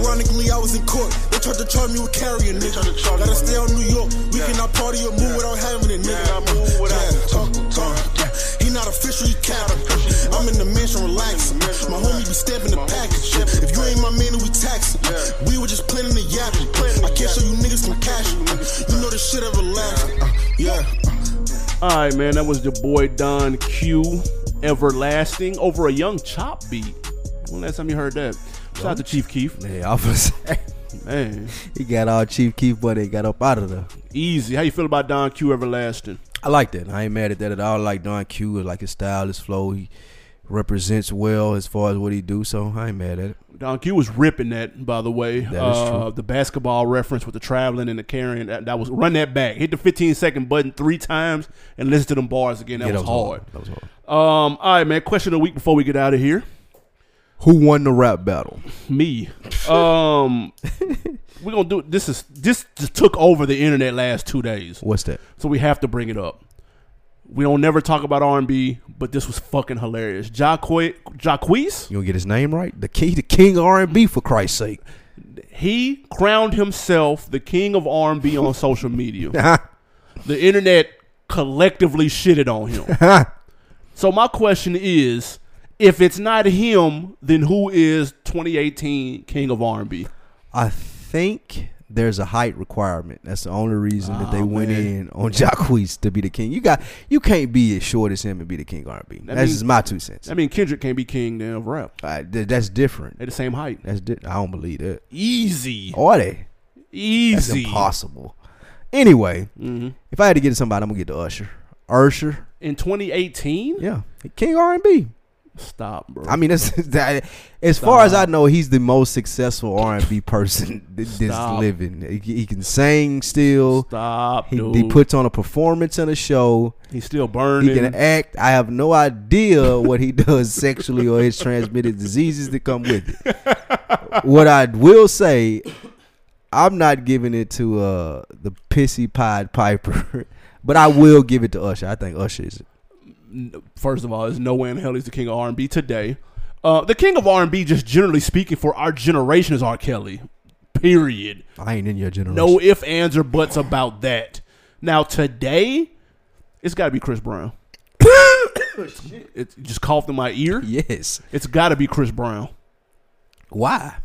Speaker 6: Ironically, I was in court, they tried to charge me with carrying nigga. Gotta stay out in New York, we cannot party or move without having it nigga. Yeah, Uh, talk, talk, yeah. He not official, he captain. I'm in the mansion relaxing. My homie be stamping the package. If you ain't my man, then we taxing. We were just planning to yap. I can't show you niggas some cash. You know this shit everlasting. Yeah.
Speaker 2: All right, man. That was your boy Don Q, Everlasting, over a Young Chop beat. When last time you heard that? Shout out to Chief Keef.
Speaker 1: Yeah, I was. [laughs]
Speaker 2: Man,
Speaker 1: he got all Chief Keef, but he got up out of there.
Speaker 2: easy. How you feel about Don Q, Everlasting?
Speaker 1: I like that. I ain't mad at that at all. I like Don Q, I like his style, his flow. He represents well as far as what he do. So I ain't mad at it.
Speaker 2: Don Q was ripping that, by the way.
Speaker 1: is
Speaker 2: uh, The basketball reference with the traveling and the carrying. That, that was run that back. Hit the 15 second button three times and listen to them bars again. That,
Speaker 1: Yeah,
Speaker 2: was, hard.
Speaker 1: That was hard.
Speaker 2: Um, all right, man. Question of the week before we get out of here.
Speaker 1: Who won the rap battle?
Speaker 2: Me. Um, we're gonna do this. Is this just took over the internet last two days?
Speaker 1: What's that?
Speaker 2: so we have to bring it up. We don't never talk about R and B, but this was fucking hilarious. Jacque, Jacquees,
Speaker 1: You gonna get his name right? The king, the king R and B for Christ's sake. [laughs]
Speaker 2: he crowned himself the king of R and B on social media. the internet collectively shitted on him. So my question is, if it's not him, then who is 2018 King of R&B?
Speaker 1: I think there's a height requirement. That's the only reason that
Speaker 2: Oh,
Speaker 1: they went in on [laughs] Jacquees to be the king. You got you can't be as short as him and be the king of R&B. That's
Speaker 2: means-
Speaker 1: just my two cents.
Speaker 2: I mean, Kendrick can't be king then of rap.
Speaker 1: Uh, th- that's different.
Speaker 2: They're the same height.
Speaker 1: That's di- I don't believe that.
Speaker 2: Easy,
Speaker 1: Are they? It's
Speaker 2: easy, Mm-hmm.
Speaker 1: impossible. Anyway, if I had to get to somebody, I'm gonna get to Usher. Usher,
Speaker 2: In 2018,
Speaker 1: yeah, king R&B.
Speaker 2: stop, bro.
Speaker 1: I mean, that's, [laughs] that, as far as I know, he's the most successful R and B person [laughs] th- that's
Speaker 2: Stop.
Speaker 1: living. He, he can sing still.
Speaker 2: stop,
Speaker 1: He,
Speaker 2: dude.
Speaker 1: he puts on a performance and a show.
Speaker 2: He's still
Speaker 1: He
Speaker 2: burning.
Speaker 1: can act. I have no idea what he [laughs] does sexually or his transmitted diseases that come with it.
Speaker 2: [laughs]
Speaker 1: What I will say, I'm not giving it to uh, the pissy Pied Piper, [laughs] but I will give it to Usher. I think Usher is
Speaker 2: First of all, there's no way in hell he's the king of R&B today. Uh, the king of R&B, just generally speaking, for our generation, is R. Kelly. Period.
Speaker 1: I ain't in your generation.
Speaker 2: No if, ands, or buts about that. Now today, it's got to be
Speaker 1: [coughs]
Speaker 2: Chris Brown. it just coughed in my ear.
Speaker 1: Yes.
Speaker 2: It's got to be Chris Brown.
Speaker 1: Why?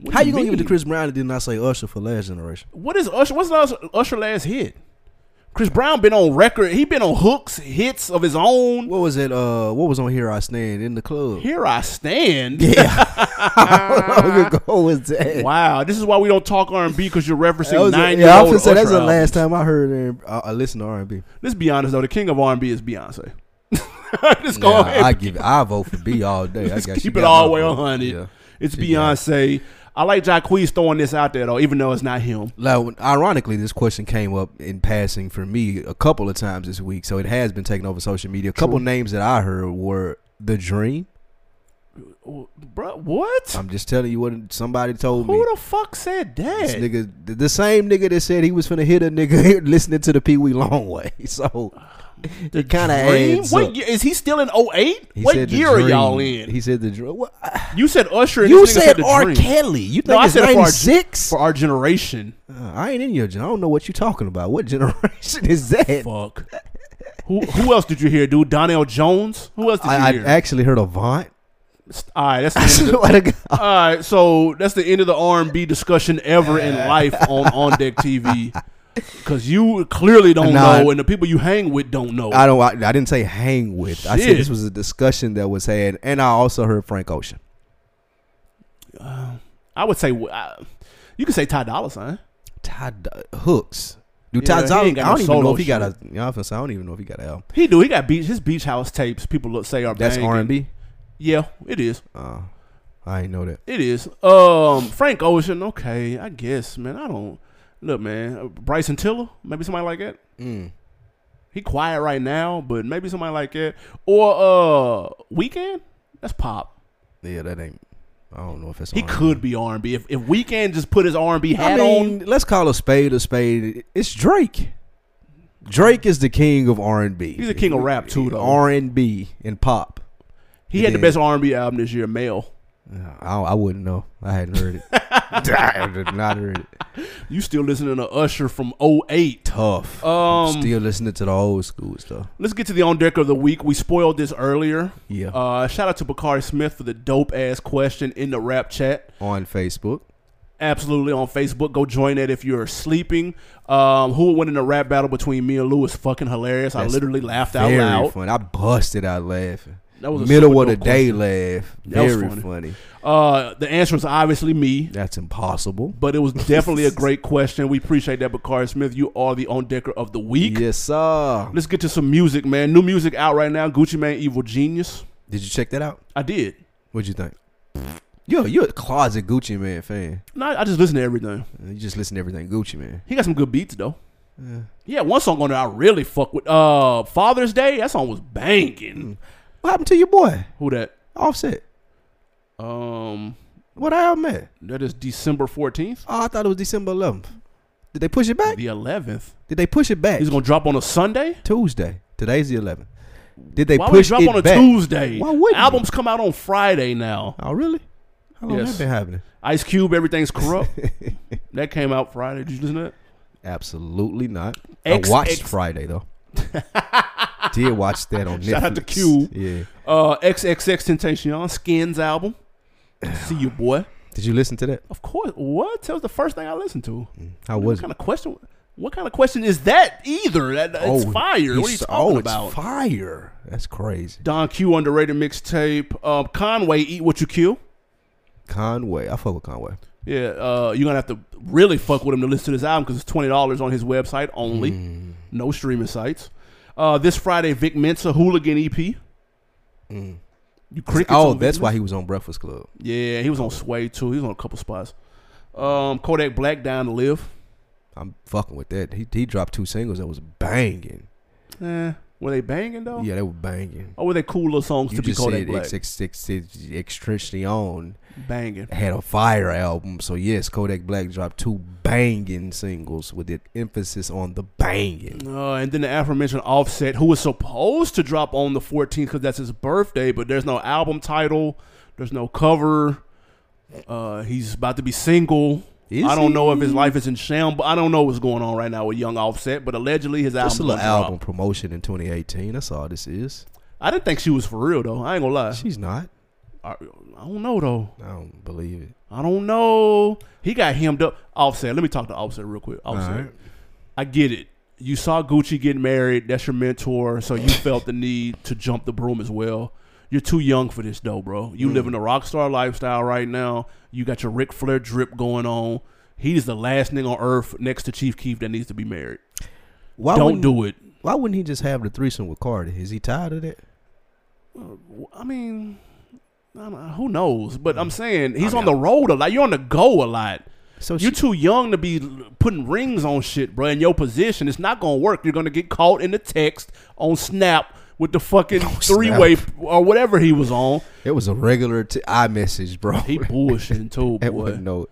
Speaker 2: What
Speaker 1: How
Speaker 2: do
Speaker 1: you gonna give it to
Speaker 2: mean?
Speaker 1: Chris Brown and did not say Usher for last generation?
Speaker 2: What is Usher? What's Usher, Usher last hit? Chris Brown been on record. He been on hooks, hits of his own.
Speaker 1: What was it? Uh, what was on Here I Stand in the club? [laughs]
Speaker 2: Here I stand.
Speaker 1: How long ago was that?
Speaker 2: Wow, this is why we don't talk R and B because you're
Speaker 1: That
Speaker 2: referencing
Speaker 1: was
Speaker 2: nine
Speaker 1: a,
Speaker 2: year
Speaker 1: yeah, I
Speaker 2: old.
Speaker 1: was gonna say that's
Speaker 2: Usher
Speaker 1: the last
Speaker 2: albums.
Speaker 1: time I heard. uh, I listened to R and B.
Speaker 2: Let's be honest though, the king of R and B is Beyonce. [laughs] Just go ahead.
Speaker 1: I give. I vote for B all day. I
Speaker 2: Let's
Speaker 1: got, she
Speaker 2: keep
Speaker 1: got
Speaker 2: it all the
Speaker 1: my
Speaker 2: way
Speaker 1: vote.
Speaker 2: on hundred.
Speaker 1: Yeah.
Speaker 2: It's
Speaker 1: She got it.
Speaker 2: Beyonce. I like Jacquees throwing this out there though, even though it's not him.
Speaker 1: Now, when- ironically, this question came up in passing for me a couple of times this week, so it has been taking over social media. A couple names that I heard were The Dream.
Speaker 2: Bruh, what?
Speaker 1: I'm just telling you what somebody told me.
Speaker 2: Who the fuck said
Speaker 1: This
Speaker 2: that?
Speaker 1: nigga, th- the same nigga that said he was finna hit a nigga [laughs] listening to the Pee Wee Longway. [laughs] So
Speaker 2: The
Speaker 1: kinda
Speaker 2: Dream?
Speaker 1: adds
Speaker 2: What
Speaker 1: up.
Speaker 2: year, is he still in 08?
Speaker 1: he
Speaker 2: What
Speaker 1: said The
Speaker 2: year are y'all
Speaker 1: Dream.
Speaker 2: in?
Speaker 1: He said the dream. What?
Speaker 2: you said Usher. And
Speaker 1: You
Speaker 2: this nigga
Speaker 1: said
Speaker 2: the
Speaker 1: R.
Speaker 2: Dream.
Speaker 1: Kelly. You think
Speaker 2: No, I
Speaker 1: it's
Speaker 2: said it for our-
Speaker 1: 96?
Speaker 2: for our generation.
Speaker 1: Uh, I ain't in your. gen- I don't know what you talking about. What generation [laughs] is that?
Speaker 2: Fuck. who who else did you hear, dude? Donnell Jones. Who else did
Speaker 1: I, I
Speaker 2: you hear?
Speaker 1: actually heard a [laughs] Vaughn.
Speaker 2: All right,
Speaker 1: [laughs]
Speaker 2: that's the
Speaker 1: I
Speaker 2: end of the-
Speaker 1: swear to God.
Speaker 2: All right, so that's the end of the R and B discussion ever in life
Speaker 1: [laughs]
Speaker 2: on On Deck TV, because you clearly don't
Speaker 1: Nah.
Speaker 2: know, and the people you hang with don't know.
Speaker 1: I don't. I, I didn't say hang with. I said
Speaker 2: Shit.
Speaker 1: this was a discussion that was had, and I also heard Frank Ocean.
Speaker 2: I would say uh, you could say Ty Dolla Sign.
Speaker 1: Ty D- Hooks. Do
Speaker 2: Yeah,
Speaker 1: Ty
Speaker 2: he
Speaker 1: Dolla-
Speaker 2: ain't got
Speaker 1: I
Speaker 2: no
Speaker 1: don't even know
Speaker 2: solo
Speaker 1: if he got a.
Speaker 2: shit.
Speaker 1: You know, I'm finna say, I don't even know if he got an album.
Speaker 2: He do. He got beach. His beach house tapes. People look say are
Speaker 1: That's
Speaker 2: banging.
Speaker 1: R and B. Uh,
Speaker 2: Yeah, it is.
Speaker 1: I ain't know that.
Speaker 2: It is. Um, Frank Ocean. Okay, I guess, man. I don't look, man. uh, Bryson Tiller, maybe somebody like that. He quiet right now, but maybe somebody like that. Or uh, Weekend. That's pop.
Speaker 1: Yeah, that ain't. I don't know if it's.
Speaker 2: He
Speaker 1: R&B.
Speaker 2: could be R and B if if Weekend just put his R and B
Speaker 1: I
Speaker 2: hat
Speaker 1: mean,
Speaker 2: on.
Speaker 1: let's call a spade a spade. It's Drake. Drake is the king of R and B.
Speaker 2: He's the king of rap too, though.
Speaker 1: R and B and pop.
Speaker 2: He had the
Speaker 1: did.
Speaker 2: best R and B album this year, Male.
Speaker 1: I, don't- I wouldn't know. I hadn't heard
Speaker 2: [laughs]
Speaker 1: it. I did not heard it.
Speaker 2: You still listening to Usher from 08.
Speaker 1: Tough.
Speaker 2: Um,
Speaker 1: Still listening to the old school stuff.
Speaker 2: let's get to the on deck of the week. We spoiled this earlier.
Speaker 1: Yeah.
Speaker 2: Uh, shout out to Bakari Smith for the dope ass question in the rap chat.
Speaker 1: on Facebook.
Speaker 2: Absolutely on Facebook. Go join that if you're sleeping. Um, who would win in a rap battle between me and Lou is fucking hilarious. I
Speaker 1: That's
Speaker 2: literally laughed out
Speaker 1: Very
Speaker 2: loud.
Speaker 1: fun. I busted out laughing.
Speaker 2: That was a
Speaker 1: middle
Speaker 2: super
Speaker 1: of the
Speaker 2: dope
Speaker 1: day laugh.
Speaker 2: That was
Speaker 1: Very
Speaker 2: funny.
Speaker 1: funny.
Speaker 2: Uh, the answer is obviously me.
Speaker 1: That's impossible.
Speaker 2: But it was definitely a great question. We appreciate that, Bakari Smith. You are the on decker of the week.
Speaker 1: Yes, sir.
Speaker 2: Let's get to some music, man. New music out right now. Gucci Man, Evil Genius.
Speaker 1: Did you check that out?
Speaker 2: I did.
Speaker 1: What'd you think? Yo, you're a closet Gucci man fan.
Speaker 2: No, I just listened to everything.
Speaker 1: You just listen to everything Gucci man.
Speaker 2: He got some good beats though. Yeah, one song on there I really fuck with. Uh, Father's Day. That song was
Speaker 1: Mm.
Speaker 2: banging.
Speaker 1: What happened to your boy?
Speaker 2: Who that?
Speaker 1: Offset.
Speaker 2: Um,
Speaker 1: What album at?
Speaker 2: that is December fourteenth,
Speaker 1: Oh, I thought it was December 11th. Did they push it back?
Speaker 2: the eleventh.
Speaker 1: Did they push it back?
Speaker 2: He's gonna drop on a Sunday.
Speaker 1: Tuesday. Today's the 11th. Did they
Speaker 2: Why would he
Speaker 1: push
Speaker 2: drop
Speaker 1: it
Speaker 2: on a
Speaker 1: back?
Speaker 2: Tuesday?
Speaker 1: Why wouldn't
Speaker 2: Albums come out on Friday now.
Speaker 1: Oh, really? How long
Speaker 2: Yes.
Speaker 1: that been happening? [laughs]
Speaker 2: Ice Cube, everything's corrupt. that came out Friday. Did you listen to that?
Speaker 1: Absolutely not.
Speaker 2: X- [laughs]
Speaker 1: I watched
Speaker 2: X-
Speaker 1: Friday though. did watch that on Netflix.
Speaker 2: Shout out to Q.
Speaker 1: Yeah.
Speaker 2: Uh, XXX Tentacion Skins album. See you, boy.
Speaker 1: Did you listen to that?
Speaker 2: Of course. What? That was the first thing I listened to.
Speaker 1: How
Speaker 2: What
Speaker 1: was
Speaker 2: kind
Speaker 1: it?
Speaker 2: of question? What kind of question is that? Either that it's fire. What are you
Speaker 1: Oh, it's-
Speaker 2: talking
Speaker 1: oh,
Speaker 2: about?
Speaker 1: It's fire. That's crazy.
Speaker 2: Don Q underrated mixtape. Um, Conway eat what you kill.
Speaker 1: Conway. I fuck with Conway.
Speaker 2: Yeah, uh, you're gonna have to really fuck with him to listen to this album because it's twenty dollars on his website only,
Speaker 1: Mm.
Speaker 2: no streaming sites. Uh, this Friday, Vic Mensa Hooligan EP. You crickets?
Speaker 1: Mm. Oh,
Speaker 2: on
Speaker 1: that's
Speaker 2: Vic
Speaker 1: why he was on Breakfast Club.
Speaker 2: Yeah, he was on Sway too. He was on a couple spots. Um, Kodak Black Down to Live.
Speaker 1: I'm fucking with that. He he dropped two singles that was banging.
Speaker 2: Eh, were they banging though?
Speaker 1: Yeah, they were banging.
Speaker 2: Or were they cool little songs
Speaker 1: You
Speaker 2: to be
Speaker 1: just
Speaker 2: Oh, Kodak
Speaker 1: said
Speaker 2: Black?
Speaker 1: XXX Extraction
Speaker 2: banging.
Speaker 1: had a fire album. So yes, Kodak Black dropped two banging singles with the emphasis on the banging.
Speaker 2: Uh, and then the aforementioned Offset, who was supposed to drop on the 14th because that's his birthday, but there's no album title, there's no cover. Uh, he's about to be single.
Speaker 1: Is
Speaker 2: I don't know if his
Speaker 1: he?
Speaker 2: life is in shambles. I don't know what's going on right now with Young Offset, but allegedly his album.
Speaker 1: Just a little
Speaker 2: album.
Speaker 1: album promotion in 2018. That's all this is.
Speaker 2: I didn't think she was for real though. I ain't gonna lie.
Speaker 1: She's not.
Speaker 2: I, I don't know though.
Speaker 1: I don't believe it.
Speaker 2: I don't know. He got hemmed up. Offset. Let me talk to Offset real quick. Offset.
Speaker 1: right.
Speaker 2: I get it. You saw Gucci get married. That's your mentor. So [laughs] you felt the need to jump the broom as well. You're too young for this though, bro. You live in a rock star lifestyle right now. You got your Ric Flair drip going on. He's the last nigga on earth next to Chief Keef that needs to be married.
Speaker 1: Why
Speaker 2: don't
Speaker 1: wouldn't-
Speaker 2: do it.
Speaker 1: Why wouldn't he just have the threesome with Cardi? Is he tired of that?
Speaker 2: I mean, I don't know, who knows? But I'm saying he's on the road a lot. You're on the go a lot.
Speaker 1: So
Speaker 2: You're
Speaker 1: she-
Speaker 2: too young to be l- putting rings on shit, bro. In your position, it's not gonna work. You're gonna get caught in the text on Snap with
Speaker 1: [laughs]
Speaker 2: the fucking three way or whatever he was on.
Speaker 1: It was a regular t- iMessage, bro. [laughs]
Speaker 2: He bullshitting too,
Speaker 1: That
Speaker 2: boy.
Speaker 1: wasn't no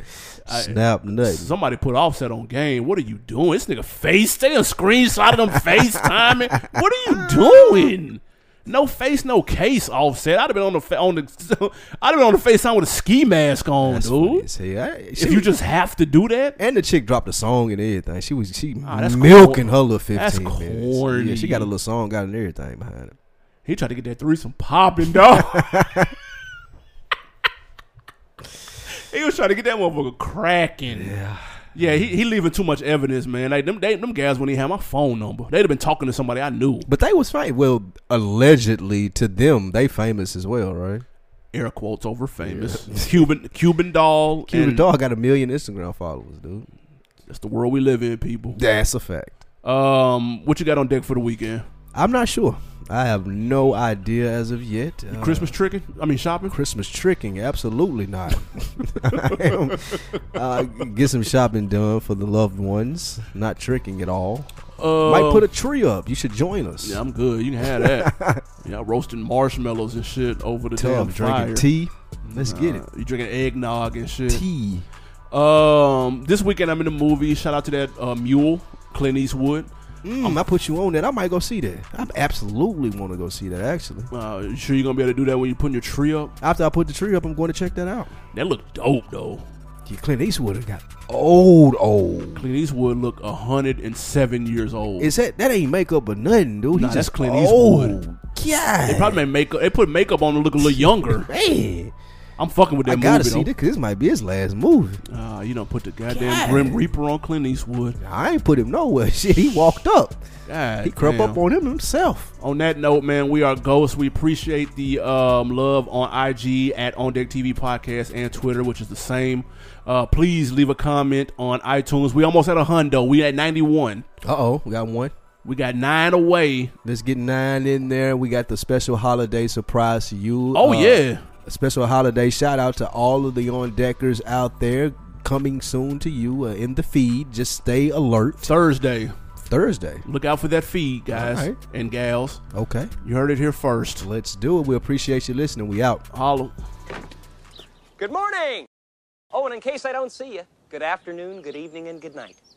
Speaker 1: snap nothing.
Speaker 2: Somebody put offset on game. What are you doing? This nigga face. They done screenshotted him FaceTiming. What are you doing? No face, no case. Offset. I'd have been on the fa- on the. [laughs] I'd have been on the FaceTime with a ski mask on,
Speaker 1: That's funny
Speaker 2: dude.
Speaker 1: as hell. I- she
Speaker 2: If you
Speaker 1: was-
Speaker 2: just have to do that,
Speaker 1: and the chick dropped a song and everything. She was she
Speaker 2: Ah, that's
Speaker 1: milking
Speaker 2: corn-
Speaker 1: her little fifteen
Speaker 2: that's
Speaker 1: minutes. Yeah, she
Speaker 2: corny.
Speaker 1: got a little song out and everything behind it.
Speaker 2: he tried to get that threesome
Speaker 1: [laughs]
Speaker 2: popping, dog. he was trying to get that motherfucker cracking. Yeah. Yeah, he, he leaving too much evidence, man. Like them, they, them guys wouldn't even have my phone number. They'd have been talking to somebody I knew.
Speaker 1: But they was famous. Well, allegedly to them, they famous as well, right?
Speaker 2: air quotes over famous
Speaker 1: [laughs]
Speaker 2: Cuban Cuban doll.
Speaker 1: Cuban
Speaker 2: and
Speaker 1: Dog got a million Instagram followers, dude.
Speaker 2: That's the world we live in, people.
Speaker 1: That's a fact.
Speaker 2: Um, what you got on deck for the weekend?
Speaker 1: I'm not sure. I have no idea as of yet. Uh,
Speaker 2: Christmas tricking? I mean shopping.
Speaker 1: Christmas tricking? Absolutely not. [laughs] I am, uh, get some shopping done for the loved ones. Not tricking at all.
Speaker 2: Uh,
Speaker 1: Might put a tree up. You should join us.
Speaker 2: Yeah, I'm good. You can have
Speaker 1: [laughs]
Speaker 2: that. yeah, roasting marshmallows and shit over the damn
Speaker 1: Tub,
Speaker 2: fire.
Speaker 1: drinking
Speaker 2: Mm-hmm.
Speaker 1: tea. Let's get it.
Speaker 2: You drinking eggnog and shit.
Speaker 1: Tea.
Speaker 2: Um, this weekend I'm in the movie. Shout out to that uh, mule, Clint Eastwood.
Speaker 1: Mm, I put you on that. I might go see that. I absolutely want to go see that. Actually,
Speaker 2: Uh, you sure you're gonna be able to do that when you're putting your tree up?
Speaker 1: after I put the tree up, I'm going to check that out.
Speaker 2: That looked dope though.
Speaker 1: Yeah, Clint Eastwood got old, old.
Speaker 2: Clint Eastwood look 107 years old.
Speaker 1: Is that that ain't makeup but nothing, dude?
Speaker 2: Nah,
Speaker 1: He's
Speaker 2: that's
Speaker 1: just
Speaker 2: Clint
Speaker 1: old.
Speaker 2: Eastwood.
Speaker 1: God,
Speaker 2: They probably made makeup. They put makeup on to look a little younger.
Speaker 1: man.
Speaker 2: I'm fucking with that
Speaker 1: I
Speaker 2: movie.
Speaker 1: gotta see
Speaker 2: though.
Speaker 1: this 'cause this might be his last movie.
Speaker 2: Ah, you don't put the goddamn
Speaker 1: God.
Speaker 2: Grim Reaper on Clint Eastwood.
Speaker 1: I ain't put him nowhere. [laughs] Shit, he walked up.
Speaker 2: God
Speaker 1: He crept
Speaker 2: damn.
Speaker 1: up on him himself.
Speaker 2: On that note, man, we are ghosts. We appreciate the um, love on IG at On Deck TV Podcast and Twitter, which is the same. Uh, please leave a comment on iTunes. We almost at a hundo. We at 91.
Speaker 1: Uh oh, we got one.
Speaker 2: We got nine away.
Speaker 1: Let's get nine in there. We got the special holiday surprise to you.
Speaker 2: Oh,
Speaker 1: Uh,
Speaker 2: yeah.
Speaker 1: a special holiday shout out to all of the on deckers out there. Coming soon to you uh, in the feed. Just stay alert.
Speaker 2: Thursday.
Speaker 1: Thursday.
Speaker 2: Look out for that feed, guys
Speaker 1: All right.
Speaker 2: and gals.
Speaker 1: Okay.
Speaker 2: You heard it here first.
Speaker 1: Let's do it. We appreciate you listening. We out.
Speaker 2: Holla.
Speaker 7: Good morning! Oh, and in case I don't see you, good afternoon, good evening, and good night.